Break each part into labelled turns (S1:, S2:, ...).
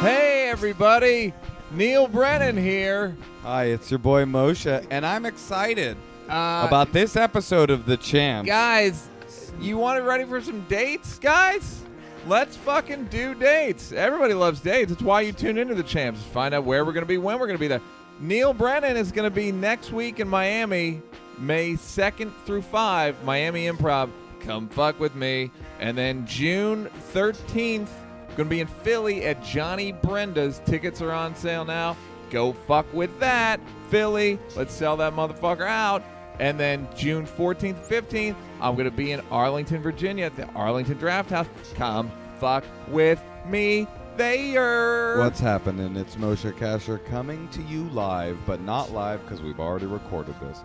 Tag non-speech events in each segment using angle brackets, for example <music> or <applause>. S1: Hey, everybody. Neil Brennan here.
S2: Hi, it's your boy Moshe, and I'm excited
S1: Uh,
S2: about this episode of The Champ.
S1: guys, you want to ready for some dates, guys? Let's fucking do dates. Everybody loves dates. It's why you tune into the champs. Find out where we're going to be, when we're going to be there. Neil Brennan is going to be next week in Miami, May 2nd through 5, Miami Improv. Come fuck with me. And then June 13th, going to be in Philly at Johnny Brenda's. Tickets are on sale now. Go fuck with that, Philly. Let's sell that motherfucker out. And then June 14th, 15th, I'm going to be in Arlington, Virginia at the Arlington Draft House. Come fuck with me there.
S2: What's happening? It's Moshe Kasher coming to you live, but not live because we've already recorded this.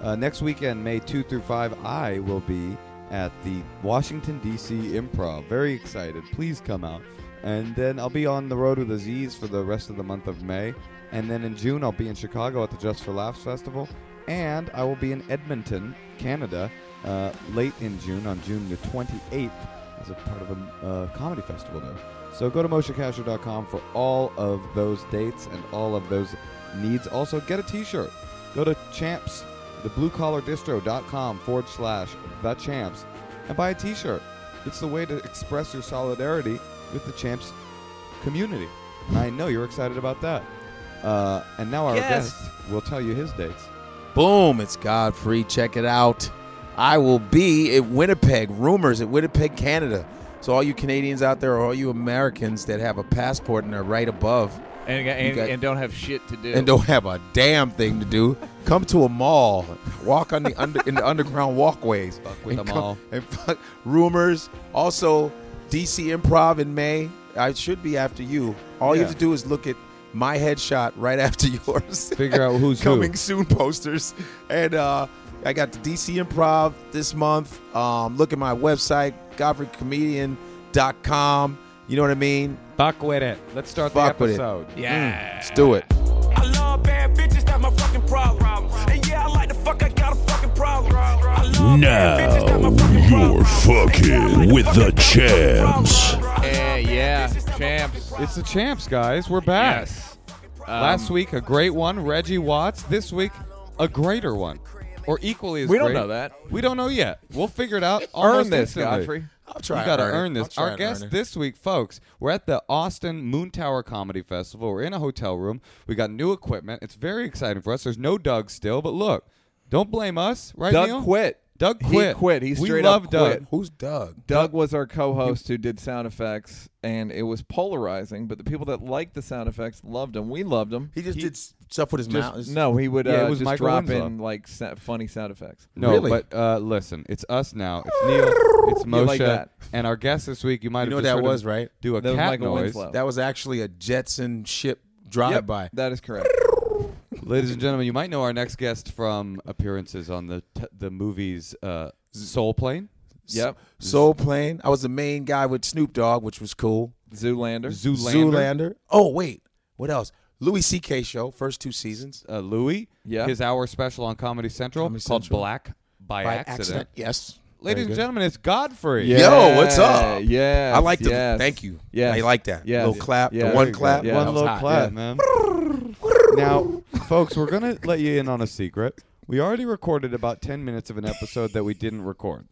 S2: Uh, next weekend, May 2 through 5, I will be at the Washington, D.C. Improv. Very excited. Please come out. And then I'll be on the road with Aziz for the rest of the month of May. And then in June, I'll be in Chicago at the Just for Laughs Festival. And I will be in Edmonton, Canada, uh, late in June, on June the 28th as a part of a uh, comedy festival there. So go to motioncasher.com for all of those dates and all of those needs. Also, get a t-shirt. Go to champs, thebluecollardistro.com forward slash the champs and buy a t-shirt. It's the way to express your solidarity with the champs community. And I know you're excited about that. Uh, and now our
S1: Yes.
S2: guest will tell you his dates.
S3: Boom, it's Godfrey. Check it out. I will be at Winnipeg, rumors at Winnipeg, Canada. So, all you Canadians out there, or all you Americans that have a passport and are right above
S1: And, and,
S3: got-
S1: and don't have shit to do.
S3: and don't have a damn thing to do, come to a mall, walk on the under, in the underground walkways,
S2: Fuck with
S3: and
S2: them
S3: come-
S2: all.
S3: and fuck rumors. Also, DC Improv in May. I should be after you. All you
S2: Yeah.
S3: have to do is look at my headshot right after <laughs> yours.
S2: <laughs> Figure out who's who.
S3: <laughs> coming soon posters. And uh, I got the DC Improv this month. Um, look at my website, GodfreyComedian.com. You know what I mean?
S4: Fuck with it. Let's start
S3: Fuck
S4: the
S3: with it.
S4: episode.
S1: yeah.
S3: Let's do it.
S5: I love bad bitches, that's my fucking problem. And yeah, I like the fuck, I got a fucking problem. I love
S6: Now,
S5: bad bitches, that's my fucking problem.
S6: you're fucking with the champs.
S1: Yeah, yeah. Champs.
S2: It's the champs, guys. We're back.
S1: Yes.
S2: Last
S1: Um,
S2: week, a great one, Reggie Watts. This week, a greater one, or equally as
S1: We don't
S2: great.
S1: know that.
S2: We don't know yet. We'll figure it out.
S1: Earn
S2: almost
S1: this,
S2: instantly.
S1: Godfrey.
S3: I'll try.
S2: you got to
S3: to
S2: earn this. Our guest
S3: this.
S2: this week, folks, we're at the Austin Moon Tower Comedy Festival. We're in a hotel room. We got new equipment. It's very exciting for us. There's no Doug still, but look, don't blame us, right?
S1: Doug
S2: Neil?
S1: quit.
S2: Doug
S1: He
S2: quit.
S1: quit. He
S2: we
S1: straight
S2: love
S1: up
S2: Doug.
S1: quit.
S3: Who's Doug?
S1: Uh, Doug was our co-host who did sound effects, and it was polarizing. But the people that liked the sound effects loved him. We loved him.
S3: He just did s- stuff with his
S1: just-
S3: mouth. It's-
S1: no, he would
S2: Yeah, it
S1: uh,
S2: was
S1: just
S2: Michael
S1: drop
S2: Winslow.
S1: in like sa- funny sound effects.
S2: No,
S3: Really?
S2: but uh, listen, it's us now. It's Neil, it's
S1: You
S2: Moshe,
S1: like that.
S2: and our guest this week. You might
S3: You know
S2: have
S3: what
S2: just
S3: that
S2: heard
S3: was,
S2: him
S3: right?
S2: Do a
S1: That was
S2: cat
S1: Michael
S2: noise,
S1: Winslow.
S3: That was actually a Jetson ship drive-by.
S1: That is correct.
S2: <laughs> ladies and gentlemen. You might know our next guest from appearances on the t- the movies uh, Soul Plane,
S1: Yep.
S3: Soul Plane. I was the main guy with Snoop Dogg, which was cool.
S1: Zoolander.
S2: Zoolander,
S3: Zoolander. Oh wait, what else? Louis C.K. show, first two seasons.
S2: uh, Louis,
S1: Yeah.
S2: his hour special on Comedy Central
S3: Comedy
S2: called
S3: Central.
S2: Black by,
S3: By
S2: accident.
S3: Yes.
S2: Ladies
S3: Very
S2: and
S3: good.
S2: gentlemen, it's Godfrey.
S3: Yeah. Yo, what's up?
S1: Yeah.
S3: I like the
S1: Yes.
S3: thank you.
S1: Yes.
S3: I like that.
S1: Yes.
S3: Little clap.
S1: Yes.
S3: The one clap.
S1: Yeah.
S3: that
S2: One
S3: was
S2: little
S3: hot.
S2: clap,
S3: Yeah.
S2: man. now, folks, we're gonna let you in on a secret. We already recorded about ten minutes of an episode that we didn't record.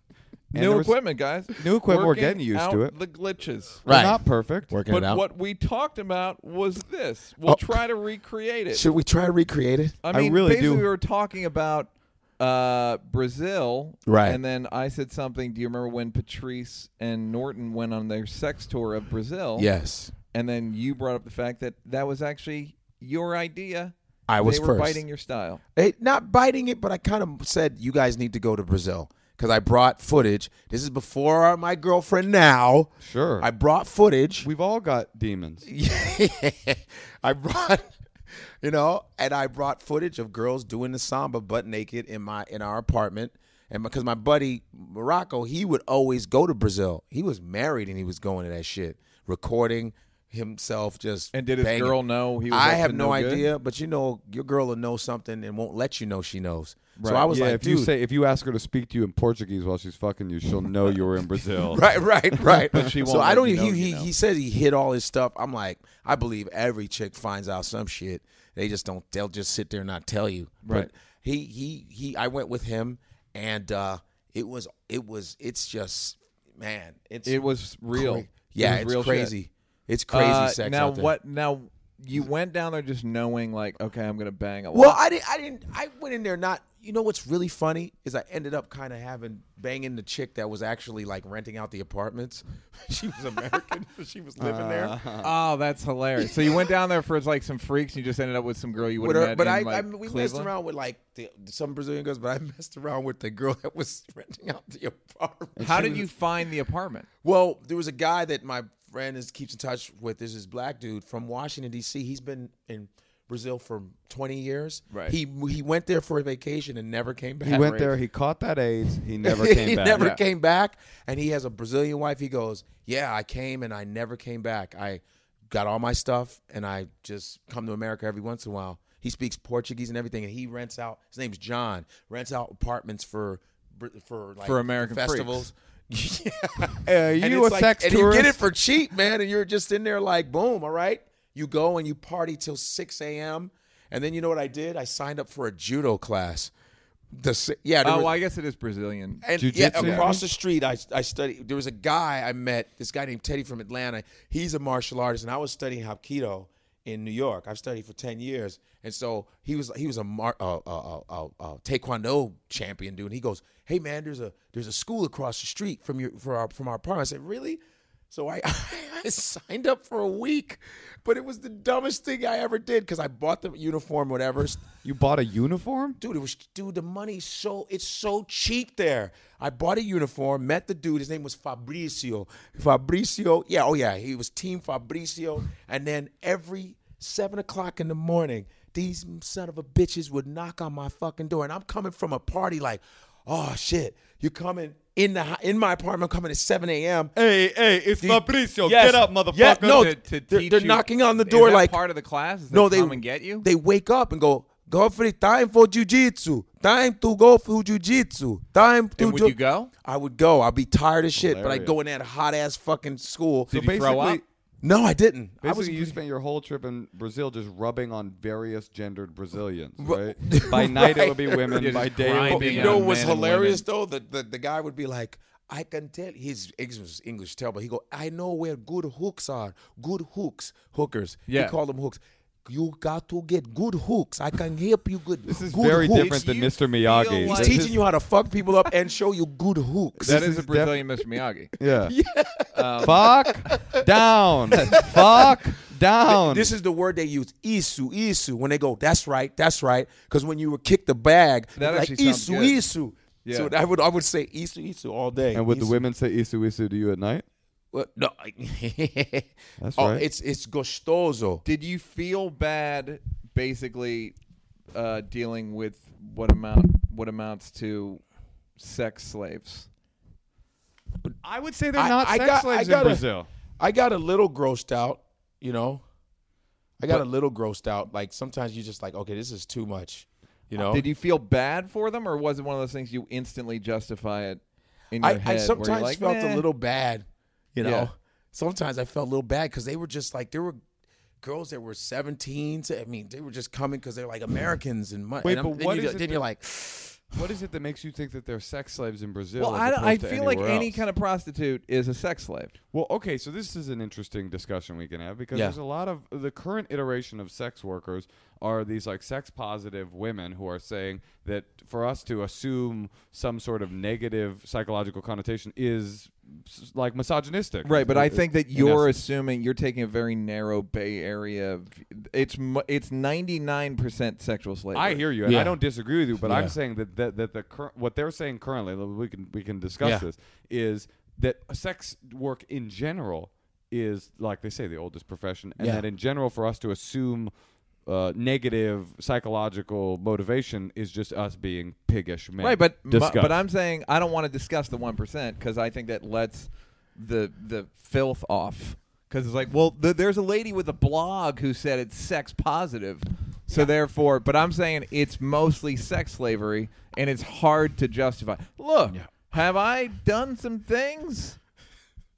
S2: And there
S1: New
S2: was-
S1: equipment, guys. <laughs>
S2: New equipment, we're
S1: Working
S2: getting used to
S1: out
S2: it.
S1: The glitches.
S2: We're
S3: Right.
S2: Not perfect.
S3: Working
S1: But
S3: it out.
S1: what we talked about was this. We'll
S3: Oh.
S1: try to recreate it.
S3: Should we try to recreate it?
S1: I
S2: I
S1: mean,
S2: really
S1: basically,
S2: do-
S1: we were talking about uh, Brazil,
S3: Right.
S1: And then I said something. Do you remember when Patrice and Norton went on their sex tour of Brazil?
S3: Yes.
S1: And then you brought up the fact that that was actually your idea.
S3: I was
S1: they were
S3: first.
S1: biting your style.
S3: Hey, not biting it, but I kind of said you guys need to go to Brazil because I brought footage. This is before our- my girlfriend now.
S2: Sure.
S3: I brought footage.
S2: We've all got demons.
S3: <laughs> I brought, you know, and I brought footage of girls doing the samba butt naked in my in our apartment. And because my buddy Morocco, he would always go to Brazil. He was married and he was going to that shit, recording himself just
S1: And did his
S3: banging.
S1: girl know he was?
S3: I
S1: up
S3: have
S1: to
S3: no,
S1: good?
S3: idea, but you know, your girl will know something and won't let you know she knows. So
S1: Right.
S3: I was
S2: yeah,
S3: like,
S2: if
S3: dude,
S2: you say if you ask her to speak to you in Portuguese while she's fucking you, she'll know you're in Brazil.
S3: <laughs> right,
S1: <laughs>
S3: right, right.
S1: But she
S3: so
S1: won't
S3: I
S1: let
S3: don't.
S1: you know,
S3: he he,
S1: you know.
S3: he said he hid all his stuff. I'm like, I believe every chick finds out some shit. They just don't. They'll just sit there and not tell you.
S1: Right.
S3: But he he he. I went with him, and uh, it was it was it's just man. It's
S1: It was real.
S3: cra-
S1: It
S3: Yeah,
S1: was
S3: it's
S1: real shit.
S3: crazy. It's crazy
S1: Uh,
S3: sex.
S1: Now
S3: out there.
S1: what? Now you went down there just knowing, like, okay, I'm gonna bang a
S3: Well,
S1: lot.
S3: I didn't. I didn't. I went in there not. You know what's really funny is I ended up kind of having banging the chick that was actually like renting out the apartments. <laughs> she was American, <laughs> so she was living there.
S1: Oh, that's hilarious! So you went down there for like some freaks, and you just ended up with some girl you would
S3: With
S1: have
S3: her-
S1: met.
S3: but
S1: in,
S3: I,
S1: like,
S3: I we messed
S1: Cleveland?
S3: around with like the, some Brazilian girls, but I <laughs> messed around with the girl that was <laughs> renting out the apartment.
S1: How did you find the apartment?
S3: Well, there was a guy that my friend is keeps in touch with. This is black dude from Washington D.C. He's been in Brazil for 20 years.
S1: Right.
S3: He he went there for a vacation and never came back.
S2: He went there. He caught that AIDS.
S3: <laughs>
S2: He never came
S3: he
S2: back.
S3: never
S1: Yeah.
S3: came back. And he has a Brazilian wife. He goes, Yeah, I came and I never came back. I got all my stuff and I just come to America every once in a while. He speaks Portuguese and everything. And he rents out, his name's John, rents out apartments for Br- for like
S1: For American
S3: festivals. <laughs>
S2: <laughs>
S3: yeah.
S2: Are
S3: And
S2: you
S3: it's
S2: a
S3: like-
S2: sex
S3: and
S2: tourist?
S3: you get it for cheap, man. And you're just in there like, boom, all right. You go and you party till 6 a.m. And then you know what I did? I signed up for a judo class. The, si- yeah, there
S1: Oh,
S3: was-
S1: well, I guess it is Brazilian.
S3: and
S2: Jujitsu.
S3: yeah, across the street, I, I studied. There was a guy I met, this guy named Teddy from Atlanta. He's a martial artist, and I was studying Hapkido in New York. I've studied for ten years, and so he was he was a mar, uh, uh, uh, uh, Taekwondo champion dude. And he goes, "Hey man, there's a there's a school across the street from your for our from our apartment." I said, "Really?" So I, <laughs> I signed up for a week, but it was the dumbest thing I ever did because I bought the uniform, whatever.
S2: You bought a uniform?
S3: dude, it was dude, the money's so it's so cheap there. I bought a uniform, met the dude, his name was Fabricio. Fabricio, yeah, oh yeah, he was team Fabricio. And then every seven o'clock in the morning, these son of a bitches would knock on my fucking door. And I'm coming from a party like, oh shit, you coming in the ho- in my apartment, coming at 7 a.m.
S2: Hey, hey, it's
S3: These- Yes. Yeah, no,
S1: To- to
S3: they're,
S1: teach
S3: they're
S1: you-
S3: knocking on the
S1: is
S3: door
S1: that
S3: like
S1: part of the class. Is
S3: no,
S1: they
S3: they
S1: come and get you.
S3: They wake up and go, Godfrey, time for jujitsu. Time to go for jujitsu. Time to.
S1: And would
S3: ju-"
S1: you go?
S3: I would go. I'd be tired as shit, but I'd
S2: Hilarious.
S3: go in that hot ass fucking school.
S1: Did you throw up?
S2: basically-
S3: No, I didn't. I
S2: Basically,
S3: was.
S2: you spent your whole trip in Brazil just rubbing on various gendered Brazilians, <laughs> right? By night it would be women.
S1: Yeah,
S2: by
S1: just
S2: day it would
S1: grinding
S2: be
S3: You
S1: on
S3: know
S1: Yeah,
S3: what was
S1: men and
S3: hilarious though? The, the the guy would be like, I can tell his English was English terrible. He go, I know where good hooks are. Good hooks, hookers.
S1: Yeah.
S3: He called them hooks. You got to get good hooks. I can help you good.
S2: This is
S3: good
S2: very
S3: hooks.
S2: different than
S1: You
S2: Mr.
S1: feel
S2: Miyagi.
S1: like-
S3: He's
S2: This
S3: teaching
S2: is-
S3: you how to fuck people up and show you good hooks.
S1: That is
S2: This
S1: a
S2: is def-
S1: Brazilian Mr. Miyagi.
S2: <laughs> Yeah. Um, Fuck <laughs> down. Fuck down.
S3: this is the word they use, isu, isu, when they go, that's right, that's right. Because when you would kick the bag,
S1: That
S3: they'd be like,
S1: actually sounds
S3: isu,
S1: good.
S3: isu. So I would I would say isu, isu all day.
S2: and would the
S3: Isu.
S2: women say isu isu to you at night?
S3: Well, no, I- <laughs>
S2: That's
S3: oh,
S2: right.
S3: It's it's gostoso.
S1: Did you feel bad, basically, uh, dealing with what amount what amounts to sex slaves?
S2: I would say they're
S3: I-
S2: not
S3: I
S2: sex
S3: got- I
S2: slaves in
S3: gotta-
S2: Brazil.
S3: I got a little grossed out, you know. I got a little grossed out. Like sometimes you just like, okay, this is too much, you
S2: Oh.
S3: know.
S1: Did you feel bad for them, or was it one of those things you instantly justify it in your
S3: I,
S1: head? where
S3: I
S1: you're
S3: sometimes
S1: like,
S3: felt
S1: "Nah."
S3: a little bad, you know.
S1: Yeah.
S3: Sometimes I felt a little bad because they were just like there were girls that were 17. To, I mean, they were just coming because they're like Americans and money.
S2: Wait,
S3: and I'm-
S2: but
S3: then
S2: what
S3: you,
S2: is it
S3: then
S2: that-
S3: you're like,
S2: What is it that makes you think that they're sex slaves in Brazil?
S1: Well,
S2: as
S1: I, don't- I
S2: opposed to
S1: feel like
S2: anywhere
S1: any
S2: else?
S1: kind of prostitute is a sex slave.
S2: Well, okay, so this is an interesting discussion we can have because
S3: Yeah.
S2: there's a lot of the current iteration of sex workers are these like sex positive women who are saying that for us to assume some sort of negative psychological connotation is s- like misogynistic.
S1: Right, but I
S2: In-
S1: think that
S2: in
S1: you're
S2: essence.
S1: assuming you're taking a very narrow Bay Area. v- It's mu- it's 99 percent sexual slavery.
S2: I hear you, and I
S3: Yeah.
S2: don't disagree with you, but
S3: Yeah.
S2: I'm saying that that, that the cur- what they're saying currently, we can we can discuss
S3: Yeah.
S2: this, is that sex work in general is like they say the oldest profession, and
S3: Yeah.
S2: that in general for us to assume. Uh, negative psychological motivation is just us being piggish men.
S1: Right, but mu-
S2: Discuss.
S1: but I'm saying I don't want to discuss the one percent because I think that lets the the filth off. because it's like, well, th- there's a lady with a blog who said it's sex positive, so therefore, but I'm saying it's mostly sex slavery, and it's hard to justify. Look, have I done some things?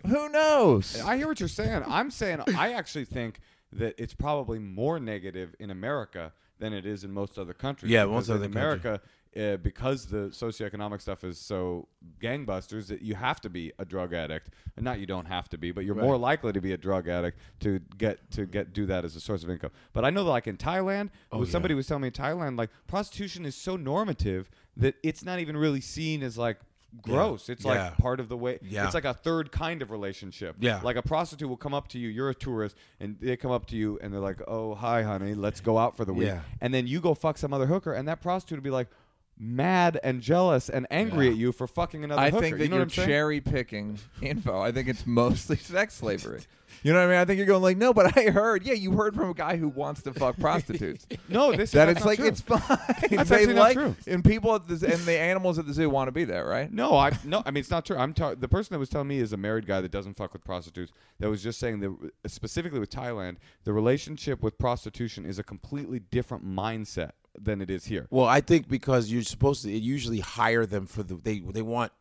S1: Who knows?
S2: I hear what you're saying. I'm saying I actually think that it's probably more negative in America than it is in most other countries.
S3: Yeah,
S2: because
S3: most
S2: in
S3: other countries.
S2: America, uh, because the socioeconomic stuff is so gangbusters that you have to be a drug addict. And not you don't have to be, but you're more likely to be a drug addict to get to get do that as a source of income. But I know that like in Thailand,
S3: Oh,
S2: when somebody was telling me in Thailand like prostitution is so normative that it's not even really seen as like gross. It's
S3: Yeah.
S2: like part of the way.
S3: Yeah.
S2: It's like a third kind of relationship.
S3: Yeah.
S2: Like a prostitute will come up to you, you're a tourist, and they come up to you and they're like, oh, hi, honey, let's go out for the week.
S3: Yeah.
S2: And then you go fuck some other hooker, and that prostitute will be like, mad and jealous and angry at you for fucking another
S1: I
S2: hooker.
S1: think that
S2: you know
S1: are
S2: what I'm saying?
S1: cherry picking info. I think it's mostly <laughs> sex
S2: <laughs>
S1: slavery. You know what I mean? I think you're going like, no, but I heard. Yeah, you heard from a guy who wants to
S2: <laughs>
S1: fuck prostitutes.
S2: No, this
S1: that
S2: is
S1: it's like it's fine. <laughs> they
S2: actually not
S1: like
S2: true.
S1: and people at the z- and the animals at the zoo want to be there, right?
S2: No, I no. I mean, it's not true. I'm ta- the person that was telling me is a married guy that doesn't fuck with prostitutes. That was just saying that uh, specifically with Thailand, the relationship with prostitution is a completely different mindset than it is here.
S3: Well, I think because you're supposed to usually hire them for the they they want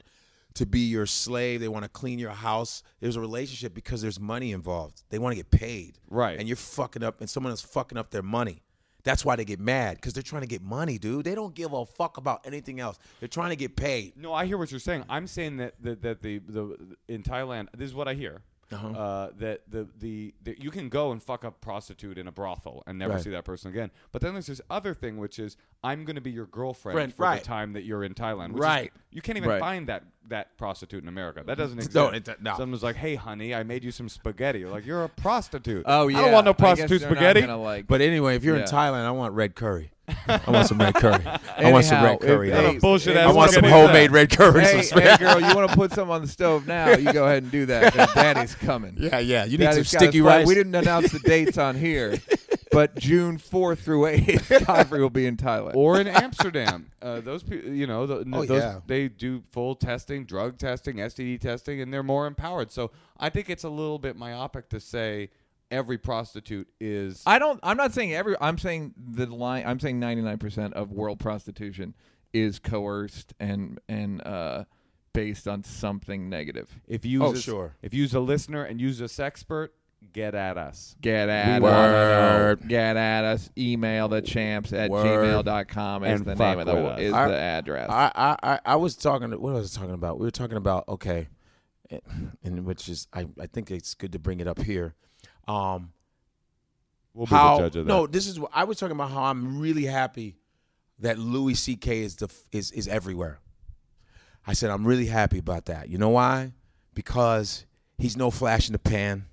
S3: to be your slave. They want to clean your house. There's a relationship because there's money involved. They want to get paid.
S2: Right.
S3: And you're fucking up, and someone is fucking up their money. That's why they get mad because they're trying to get money, dude. They don't give a fuck about anything else. They're trying to get paid.
S2: No, I hear what you're saying. I'm saying that that, that the, the in Thailand, this is what I hear.
S1: Uh-huh.
S2: Uh, that the, the that you can go and fuck up prostitute in a brothel and never
S3: Right.
S2: see that person again. But then there's this other thing, which is I'm going to be your girlfriend
S3: Friend,
S2: for
S3: right.
S2: the time that you're in Thailand. Which
S3: Right.
S2: Is, you can't even
S1: Right.
S2: find that that prostitute in America. That doesn't exist.
S3: No, it do- no.
S2: Someone's like, "Hey, honey, I made you some spaghetti." You're like, "You're a prostitute."
S1: Oh
S2: I
S1: yeah.
S2: don't want no
S1: I guess
S2: prostitute
S1: they're not
S2: spaghetti.
S1: gonna, like-
S3: But anyway, if you're
S1: Yeah.
S3: in Thailand, I want red curry. I want some red curry. I want some
S1: Anyhow,
S3: red curry.
S1: if
S3: I
S1: they-
S3: want-
S1: if
S2: bullshit
S1: they-
S2: ass
S3: I want some
S2: fucking hate that.
S3: homemade red curry.
S1: Hey,
S3: Some-
S1: hey, girl, you want to put some on the stove now? You go ahead and do
S3: <laughs>
S1: that. 'cause Daddy's coming.
S3: yeah, yeah. You need some
S1: Daddy's got his
S3: sticky
S1: flag.
S3: rice.
S1: We didn't announce the dates on
S3: <laughs>
S1: here, but June 4th through 8th, Godfrey will be in Thailand.
S2: or in Amsterdam. Uh, those people, you know, the,
S3: Oh,
S2: those,
S3: yeah.
S2: they do full testing, drug testing, STD testing, and they're more empowered. So I think it's a little bit myopic to say every prostitute is.
S1: I don't. I'm not saying every. I'm saying the line. I'm saying 99% of world prostitution is coerced and and uh, based on something negative.
S2: if you
S3: Oh,
S2: use a-
S3: sure.
S2: if you use a listener and use a sexpert, get at us.
S1: Get at us.
S3: Word.
S1: Get at us. Email the champs at
S3: Word.
S1: gmail.com is
S2: And
S1: the
S2: fuck
S1: name of the
S2: with us.
S1: is
S3: I-
S1: the address.
S3: I, I, I- I was talking. To, what was I talking about? We were talking about okay, eh, and which is I, I think it's good to bring it up here. Um,
S2: We'll be
S3: how
S2: the judge of that.
S3: no, this is what I was talking about. How I'm really happy that Louis C.K. is the f- is is everywhere. I said I'm really happy about that. You know why? Because he's no flash in the pan,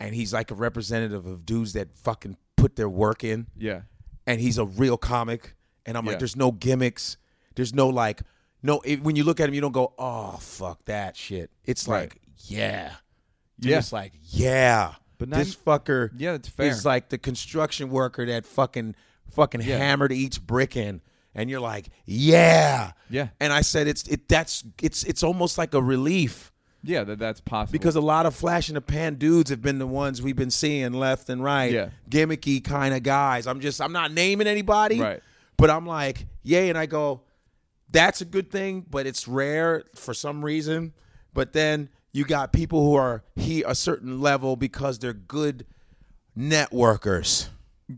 S3: and he's like a representative of dudes that fucking put their work in
S1: yeah.
S3: and he's a real comic. And I'm
S1: Yeah.
S3: like, there's no gimmicks. There's no like, no. It, when you look at him, you don't go, oh fuck that shit. It's
S1: Right.
S3: like, yeah, you're
S1: Yeah.
S3: just like, yeah. But
S2: But not-
S3: this fucker,
S1: Yeah, that's fair.
S3: is like the construction worker that fucking fucking hammered each brick in, and you're like, yeah,
S1: Yeah.
S3: And I said, it's it that's it's it's almost like a relief.
S1: Yeah, that, that's possible.
S3: Because a lot of flash in the pan dudes have been the ones we've been seeing left and right.
S1: Yeah.
S3: Gimmicky kind of guys. I'm just, I'm not naming anybody.
S1: Right.
S3: But I'm like, yay. And I go, that's a good thing, but it's rare for some reason. But then you got people who are he a certain level because they're good networkers.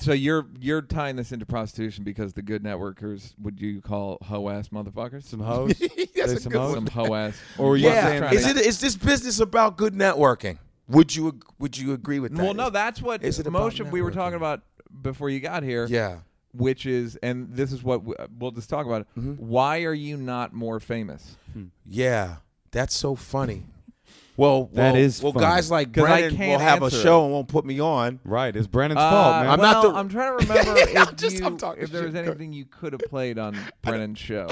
S1: so you're you're tying this into prostitution because the good networkers would you call hoe ass motherfuckers? Some
S2: Hoes?
S1: <laughs>
S2: Say
S3: a
S2: some
S3: good
S2: hoes?
S1: Some hoe ass.
S3: <laughs>
S2: Or you saying
S3: Yeah.
S1: trying
S3: Is
S1: to-
S3: it is this business about good networking? Would you ag- would you agree with that?
S1: well, no, that's what
S3: Is it about
S1: most of we were
S3: networking?
S1: talking about before you got here.
S3: Yeah.
S1: Which is, and this is what we, we'll just talk about. It.
S3: Mm-hmm.
S1: Why are you not more famous?
S3: Yeah, that's so <laughs> funny. Well,
S2: That
S3: well,
S2: is
S3: well,
S2: funny.
S3: guys like
S1: 'Cause I
S3: Brennan will
S1: can't
S3: have a
S1: answer
S3: show and won't put me on.
S2: right? It's Brennan's
S1: Uh,
S2: fault, man.
S3: I'm
S1: well,
S3: not the-
S1: I'm trying
S3: <laughs>
S1: to remember if,
S3: I'm just-
S1: you-
S3: I'm talking
S1: if there was
S3: shit, Kurt.
S1: anything you could
S3: <laughs>
S1: have played on Brennan's show.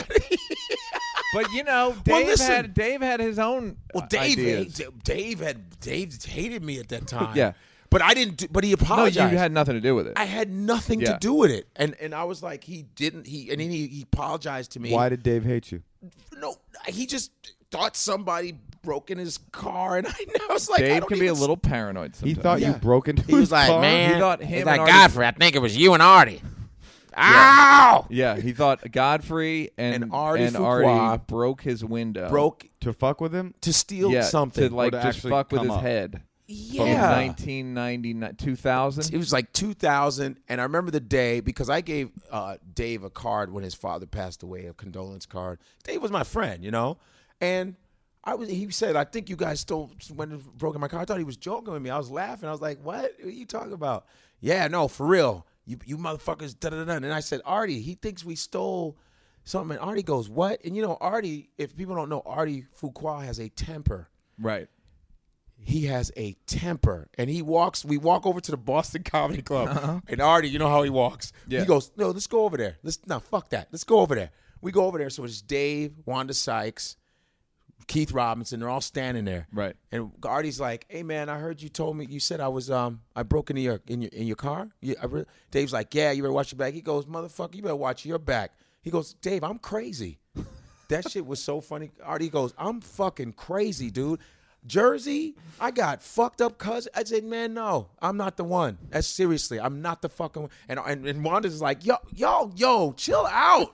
S1: but you know, Dave
S3: Well, listen.
S1: had Dave had his own.
S3: Well,
S1: uh,
S3: Dave,
S1: ideas.
S3: hate- Dave had Dave hated me at <laughs> that time.
S1: Yeah.
S3: but I didn't. Do, but he
S1: no,
S3: apologized.
S1: you had nothing to do with it.
S3: I had nothing
S1: Yeah.
S3: to do with it, and and I was like, he didn't. He and then he, he apologized to me.
S2: Why did Dave hate you?
S3: No, he just thought somebody broke in his car, and <laughs> I, I was like, I
S1: Dave
S3: don't
S1: can be a
S3: even-
S1: little paranoid sometimes.
S2: He thought you
S3: Yeah.
S2: broke into
S5: He
S2: his
S5: was like,
S2: car?
S5: man,
S1: He thought him
S5: he's
S1: and
S5: like
S1: Artie-
S5: Godfrey. I think it was you and Artie. Ow!
S1: Yeah, he thought Godfrey and,
S3: And Artie
S1: and
S3: Fuqua
S1: broke his window.
S3: broke
S2: to fuck with him.
S3: to steal
S1: yeah,
S3: something.
S1: to like
S2: to
S1: just
S2: actually
S1: fuck with
S2: come
S1: his
S2: up.
S1: head. From
S3: yeah,
S1: 1999, 2000.
S3: it was like 2000 and i remember the day because i gave uh, dave a card when his father passed away a condolence card dave was my friend you know and i was he said i think you guys stole went and broke in my car i thought he was joking with me i was laughing i was like what, what are you talking about yeah no for real you, you motherfuckers da da da and i said artie he thinks we stole something and artie goes what and you know artie if people don't know artie fuqua has a temper
S1: Right.
S3: he has a temper and he walks we walk over to the boston <laughs> comedy club and artie you know how he walks
S1: Uh-huh. Yeah.
S3: he goes no let's go over there let's no fuck that let's go over there we go over there so it's dave wanda sykes keith robinson they're all standing there
S1: Right.
S3: and artie's like hey man i heard you told me you said i was um i broke into your in your in your car you, I re-" dave's like yeah you better watch your back he goes motherfucker you better watch your back he goes dave i'm crazy that shit was so funny. Artie goes, I'm fucking crazy, dude. Jersey, I got fucked up cuz I said, man, no, I'm not the one. That's seriously, I'm not the fucking one. And and, and Wanda's like, yo, yo, yo, chill
S1: <laughs>
S3: out.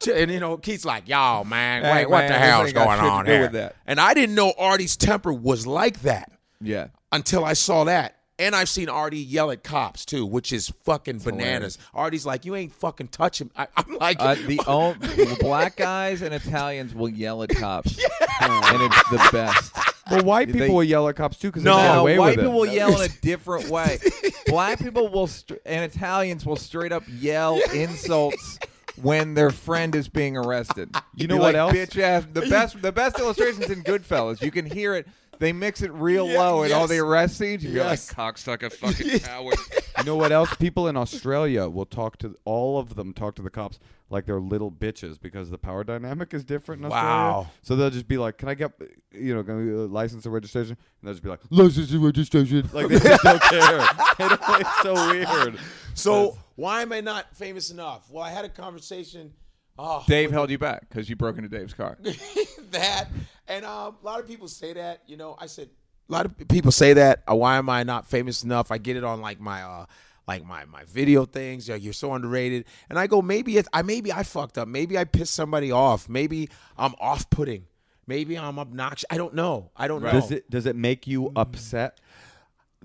S3: Chill- and you know, Keith's like, yo, man,
S1: Hey,
S3: wait, what
S1: man,
S3: the
S1: this
S3: hell's
S1: ain't got
S3: going
S1: shit to
S3: on
S1: do
S3: here?
S1: with that.
S3: And I didn't know Artie's temper was like that
S1: Yeah.
S3: until I saw that. And I've seen Artie yell at cops too, which is fucking bananas. Artie's like, you ain't fucking touch him. I, I'm like,
S1: Uh, the own, black guys and Italians will yell at cops, and it's the best.
S2: Well, white
S1: They-
S2: people will yell at cops too because
S3: No,
S2: they got
S1: No,
S2: away
S1: white
S2: with
S1: people
S2: it.
S1: yell in a different way. Black people will, str and Italians will straight up yell insults when their friend is being arrested.
S2: You
S1: Be
S2: know
S1: like,
S2: what else?
S1: Bitch ass. The best, the best illustrations in Goodfellas. You can hear it. They mix it real low in all
S3: yes.
S1: the arrest scenes. You're
S3: Yes.
S1: like cocksucker, fucking coward.
S2: You know what else? People in Australia will talk to all of them talk to the cops like they're little bitches because the power dynamic is different in Australia.
S3: Wow.
S2: So they'll just be like, "Can I get you know can we, uh, license and registration?" And they'll just be like, "License and registration." Like they just don't care. <laughs> They don't- it's so weird.
S3: So why am I not famous enough? Well, I had a conversation. Oh,
S1: Dave held you back because you broke into Dave's car.
S3: <laughs> that and um, a lot of people say that. You know, I said a lot of people say that. uh, Why am I not famous enough? I get it on like my uh, like my my video things. Like, You're so underrated. And I go, maybe it's, I maybe I fucked up. Maybe I pissed somebody off. Maybe I'm off putting. Maybe I'm obnoxious. I don't know. I don't know.
S2: Does it does it make you upset?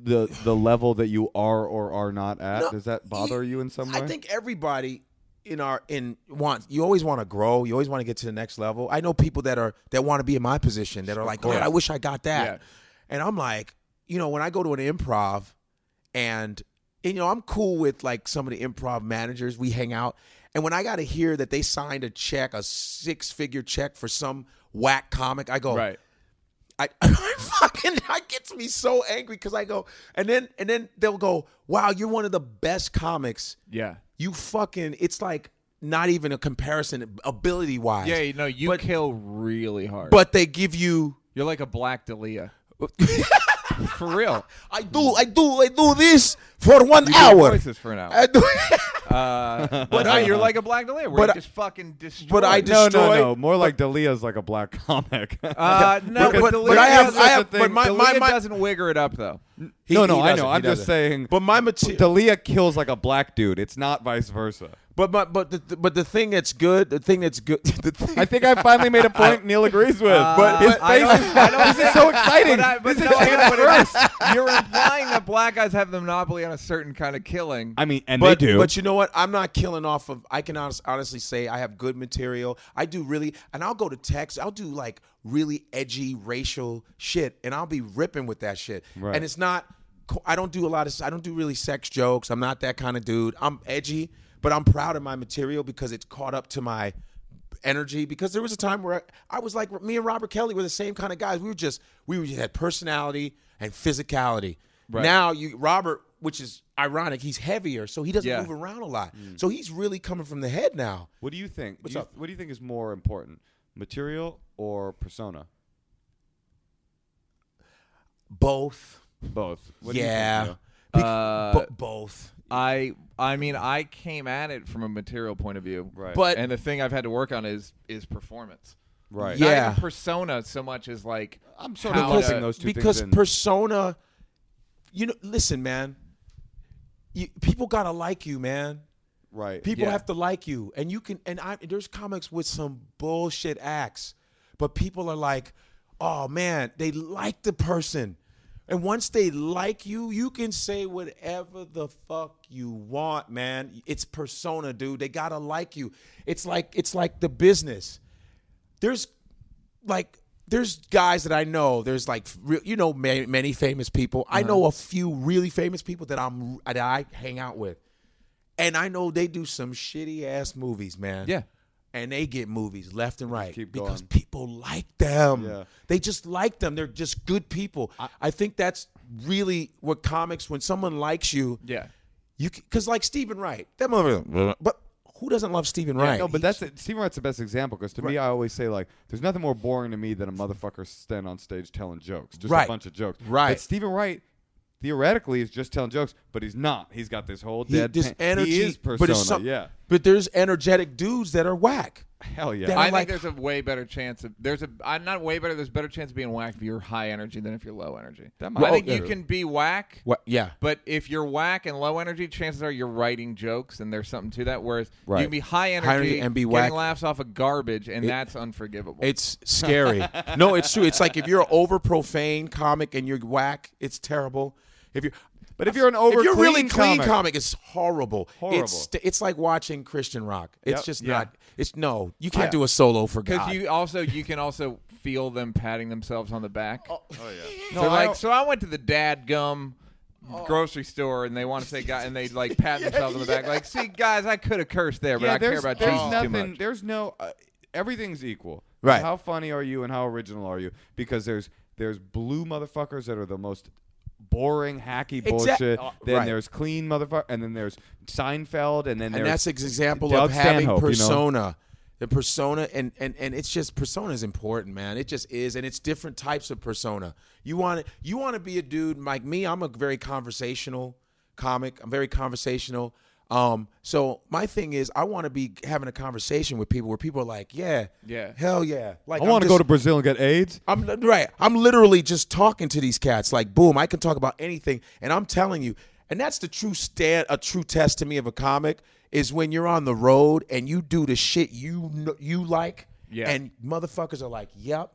S2: The the level that you are or are not at
S3: No,
S2: does that bother you in some way?
S3: I think everybody in our in wants you always want to grow. You always want to get to the next level. I know people that are that want to be in my position that are like, God, I wish I got that.
S1: Yeah.
S3: And I'm like, you know, when I go to an improv and and, you know, I'm cool with like some of the improv managers. We hang out. And when I got to hear that they signed a check, a six figure check for some whack comic, I go,
S1: Right.
S3: I, <laughs> I fucking that gets me so angry because I go and then and then they'll go, wow, you're one of the best comics.
S1: Yeah.
S3: You fucking it's like not even a comparison ability wise.
S1: Yeah. You know, you
S3: But-
S1: kill really hard.
S3: But they give you
S1: you're like a black Dalia. For real.
S3: I do, I do, I do this for one hour.
S1: Voices for an hour.
S3: <laughs>
S1: Uh,
S3: I do-
S1: but no, you're like a black Dalia. Where
S3: but
S1: you
S3: I-
S1: just fucking destroy.
S3: but I
S2: no, no,
S3: destroy-
S2: no. More like Dalia's like a black <laughs> comic.
S1: Uh, no,
S3: But-
S1: but,
S3: but-
S1: Dalia
S3: but I have-
S1: doesn't-
S3: I have-
S1: Dalia
S3: but my- my- my-
S1: doesn't wigger it up though.
S3: He-
S2: no,
S3: he
S2: no, I
S3: doesn't,
S2: know.
S3: he
S2: I'm just
S3: doesn't.
S2: saying.
S3: But my <laughs> material
S2: Dalia kills like a black dude. It's not vice versa.
S3: but my, but the, but the thing that's good, the thing that's good <laughs> the thing
S2: I think I finally made a point Neil agrees with.
S1: but-
S2: his
S1: but Uh, I
S2: face
S1: don't- <laughs>
S2: is,
S1: I don't-
S2: <laughs> this is so exciting.
S1: But, I, but
S2: this
S1: no,
S2: is
S1: I know,
S2: Hannah
S1: but it
S2: First.
S1: is- you're implying that black guys have the monopoly on a certain kind of killing.
S2: I mean, and
S3: but,
S2: they do.
S3: But you know what? I'm not killing off of. I can honest, honestly say I have good material. I do really, and I'll go to Texas. I'll do like really edgy racial shit, and I'll be ripping with that shit.
S2: Right.
S3: And it's not. co- I don't do a lot of. I don't do really sex jokes. I'm not that kind of dude. I'm edgy, but I'm proud of my material because it's caught up to my energy because there was a time where I, I was like me and Robert Kelly were the same kind of guys. We were just we were- just had personality and physicality. Now you Robert, which is ironic, he's heavier, so he doesn't
S1: Yeah.
S3: move around a lot.
S2: Mm.
S3: So he's really coming from the head now.
S2: what do you think?
S3: What's
S2: Do you-
S3: up?
S2: What do you think is more important, material or persona?
S3: Both.
S2: Both. What do you think,
S3: yeah.
S2: Neil?
S3: Bec-
S1: Uh,
S3: bo- both.
S1: I I mean, I came at it from a material point of view,
S2: Right.
S3: But-
S1: and the thing I've had to work on is is performance.
S2: Right.
S1: Not
S3: Yeah.
S1: even persona so much as like
S2: I'm sort
S1: how
S2: of
S1: to-
S2: lumping those two
S3: because
S2: things in.
S3: persona you know listen man you, people gotta like you man
S2: right.
S3: people
S1: Yeah.
S3: have to like you and you can and i there's comics with some bullshit acts but people are like oh man they like the person and once they like you you can say whatever the fuck you want man it's persona dude they gotta like you it's like it's like the business there's like there's guys that I know. There's like real, you know many, many famous people. I know
S2: Uh-huh.
S3: a few really famous people that I'm that I hang out with, and I know they do some shitty ass movies, man.
S1: Yeah.
S3: and they get movies left and right
S2: keep
S3: because
S2: going.
S3: people like them.
S2: Yeah.
S3: They just like them. They're just good people. I, think that's really what comics. When someone likes you,
S1: yeah.
S3: you because like Stephen Wright, that mother, but who doesn't love Stephen Wright?
S2: No, but that's it. Steve Wright's the best example because to me, I always say like, there's nothing more boring to me than a motherfucker stand on stage telling jokes, just
S3: Right.
S2: a bunch of jokes.
S3: Right.
S2: But Stephen Wright, theoretically, is just telling jokes, but he's not. He's got this whole
S3: he,
S2: dead
S3: this energy,
S2: He is persona.
S3: But it's some-
S2: yeah.
S3: But there's energetic dudes that are whack.
S2: Hell yeah.
S3: That
S1: I
S3: I'm
S1: think
S3: like-
S1: there's a way better chance of there's a I'm not way better. There's a better chance of being whack if you're high energy than if you're low energy.
S2: That might
S1: I think
S2: be
S1: you
S2: true.
S1: can be whack.
S3: What? Yeah.
S1: But if you're whack and low energy, chances are you're writing jokes and there's something to that. Whereas
S2: Right.
S1: you can be high energy,
S3: energy and be
S1: getting
S3: whack.
S1: laughs off of garbage, and that's unforgivable.
S3: It's scary. no, it's true. It's like if you're an over profane comic and you're whack, it's terrible. If you're
S2: But if you're an over
S3: if you're really clean
S2: clean
S3: comic, it's horrible.
S2: Horrible.
S3: It's st- it's like watching Christian rock. It's
S2: Yep.
S3: just
S2: Yeah.
S3: not. It's no. You can't do a solo for
S1: because
S3: God.
S1: you also you can also feel them patting themselves on the back.
S2: oh yeah.
S1: So
S2: I
S1: like,
S2: don't- Oh.
S1: so I went to the dad gum grocery store, and they want to say, "God," and they
S2: <laughs>
S1: like pat themselves on the back, like, "See, guys, I could have cursed there, but I care
S2: there's-
S1: about
S2: there's
S1: Jesus too
S2: nothing,
S1: much."
S2: There's no. Uh, everything's equal.
S3: Right.
S2: How funny are you, and how original are you? Because there's there's blue motherfuckers that are the most boring hacky
S3: Exact-
S2: bullshit.
S3: uh,
S2: then
S3: right.
S2: there's clean motherfucker, and then there's Seinfeld, and then
S3: and
S2: there's
S3: that's an example
S2: Doug
S3: of having
S2: Stanhope, you know?
S3: persona. The persona and, and and it's just persona is important, man. It just is, and it's different types of persona. You want to you want to be a dude like me. I'm a very conversational comic. I'm very conversational. Um, so my thing is, I want to be having a conversation with people where people are like, yeah,
S1: Yeah.
S3: hell yeah. Like
S2: I want to
S3: I'm
S2: go
S3: just-
S2: to Brazil and get AIDS.
S3: I'm right. I'm literally just talking to these cats. Like, boom, I can talk about anything, and I'm telling you, and that's the true stand, a true test to me of a comic is when you're on the road and you do the shit you kn- you like,
S1: Yeah.
S3: and motherfuckers are like, "Yep,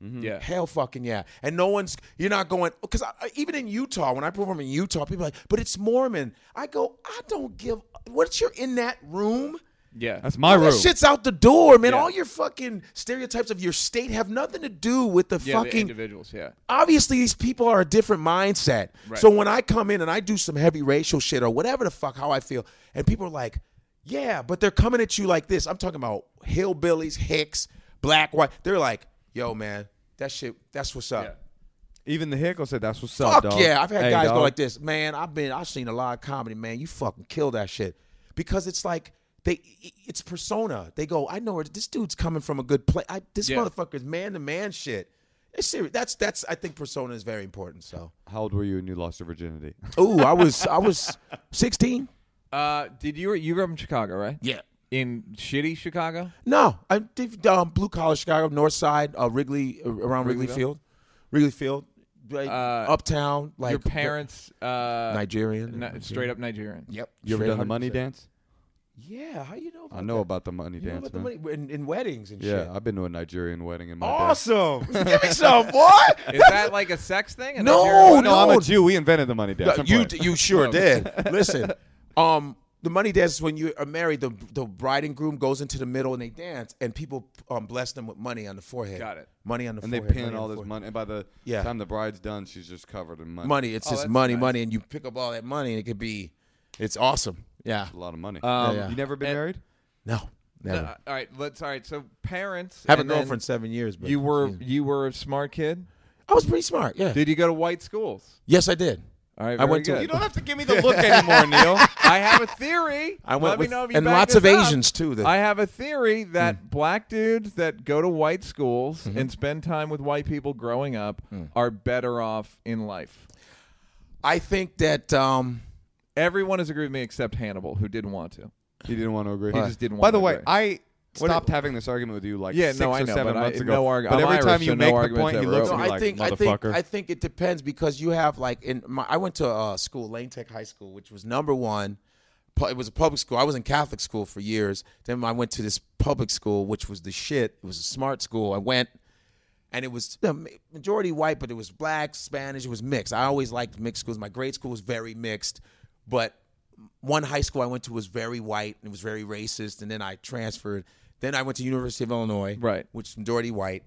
S3: Mm-hmm.
S1: yeah,
S3: hell fucking yeah," and no one's you're not going because even in Utah when I perform in Utah, people are like, "But it's Mormon." I go, "I don't give what you're in that room."
S1: yeah.
S2: That's my
S3: That
S2: room.
S3: shit's out the door, man.
S1: Yeah.
S3: All your fucking stereotypes of your state have nothing to do with the
S1: yeah, the
S3: fucking
S1: individuals. Yeah,
S3: obviously these people are a different mindset.
S1: Right.
S3: So when I come in and I do some heavy racial shit or whatever the fuck how I feel, and people are like, "Yeah," but they're coming at you like this. I'm talking about hillbillies, hicks, black, white. They're like, "Yo, man, that shit, that's what's up."
S1: Yeah.
S2: Even the hick will say that's what's
S3: Fuck
S2: up, dog.
S3: yeah! I've had
S2: Hey,
S3: guys go
S2: dog.
S3: like this, man. I've been, I've seen a lot of comedy, man. You fucking kill that shit because it's like they, it's persona. They go, I know where this dude's coming from. A good place. I, this
S1: Yeah.
S3: motherfucker's man to man shit. It's serious. That's that's. I think persona is very important. So,
S2: How old were you when you lost your
S3: <laughs>
S2: virginity?
S3: ooh, I was I was sixteen.
S1: Uh, did you you grew up in Chicago, right?
S3: Yeah.
S1: in shitty Chicago.
S3: No, I did um, blue collar Chicago, North Side, uh, Wrigley uh, around Wrigley Field, Wrigley Field, like,
S1: Uh,
S3: uptown. Like
S1: Your parents, uh,
S3: Nigerian,
S1: Ni- straight up Nigerian.
S3: Yep.
S2: You ever
S3: Straight
S2: done the
S3: up-
S2: money dance?
S3: Yeah, how you know? About
S2: I know
S3: that?
S2: about the money
S3: You know
S2: dance,
S3: about
S2: man.
S3: the money in, in weddings and
S2: yeah,
S3: shit.
S2: I've been to a Nigerian wedding in my day.
S3: awesome. Give me some, boy.
S1: Is that like a sex thing? A
S3: No,
S1: Nigerian-
S2: <laughs> No, I'm
S3: No.
S2: a Jew. We invented the money dance. I'm
S3: you
S2: playing.
S3: you sure did.
S2: <laughs>
S3: Listen, um, the money dance is when you are married. The the bride and groom goes into the middle and they dance, and people um, bless them with money on the forehead.
S1: Got it.
S3: Money on the
S2: and they
S3: forehead.
S2: pin
S3: money on
S2: all
S3: the
S2: this
S3: forehead.
S2: money. And by the
S3: Yeah.
S2: time the bride's done, she's just covered in money.
S3: money. It's
S1: Oh,
S3: just
S1: that's
S3: money,
S1: nice.
S3: money, and you pick up all that money. and It could be, it's awesome. Yeah.
S2: A lot of money.
S3: yeah.
S2: You never been
S1: And-
S2: married?
S3: No, never.
S1: Uh, all right, let's. All right, so parents
S3: Have a
S1: and then
S3: girlfriend seven years, but
S1: You were you were a smart kid.
S3: I was pretty smart. Yeah.
S1: Did you go to white schools?
S3: Yes, I did.
S1: All right,
S3: I
S1: very
S3: went to-
S1: good. <laughs>
S3: You
S2: don't have to give me the look anymore,
S3: <laughs>
S2: Neil.
S1: I have a theory.
S3: I went
S1: Let
S3: with-
S1: me know if you
S3: and
S1: back
S3: lots
S1: this
S3: of
S1: up.
S3: Asians, too, that-
S1: I have a theory that
S3: Hmm.
S1: black dudes that go to white schools
S3: Mm-hmm.
S1: and spend time with white people growing up
S3: Hmm.
S1: are better off in life.
S3: I think that. um
S1: Everyone has agreed with me except Hannibal, who didn't want to.
S2: He didn't want to agree.
S1: He just didn't
S2: By
S1: want
S2: the
S1: to
S2: way,
S1: agree.
S2: I
S7: What
S2: stopped
S7: do-
S2: having this argument with you like
S7: Yeah,
S2: six
S7: no,
S2: or
S7: I know,
S2: seven
S7: but I-
S2: months ago.
S7: no argu-
S2: but
S7: I'm
S2: every
S7: Irish,
S2: time you
S7: so no
S2: make the
S7: argument's
S2: point, he
S7: ever
S2: looks
S7: over.
S2: at
S7: No,
S2: me
S3: I
S2: like,
S3: think I think
S2: motherfucker.
S3: I think it depends because you have like in my I went to uh, school Lane Tech High School, which was number one. Pu- It was a public school. I was in Catholic school for years. Then I went to this public school, which was the shit. It was a smart school. I went, and it was the ma- majority white, but it was black, Spanish. It was mixed. I always liked mixed schools. My grade school was very mixed, but one high school I went to was very white and it was very racist. And then I transferred. Then I went to University of Illinois,
S7: Right.
S3: which is majority white,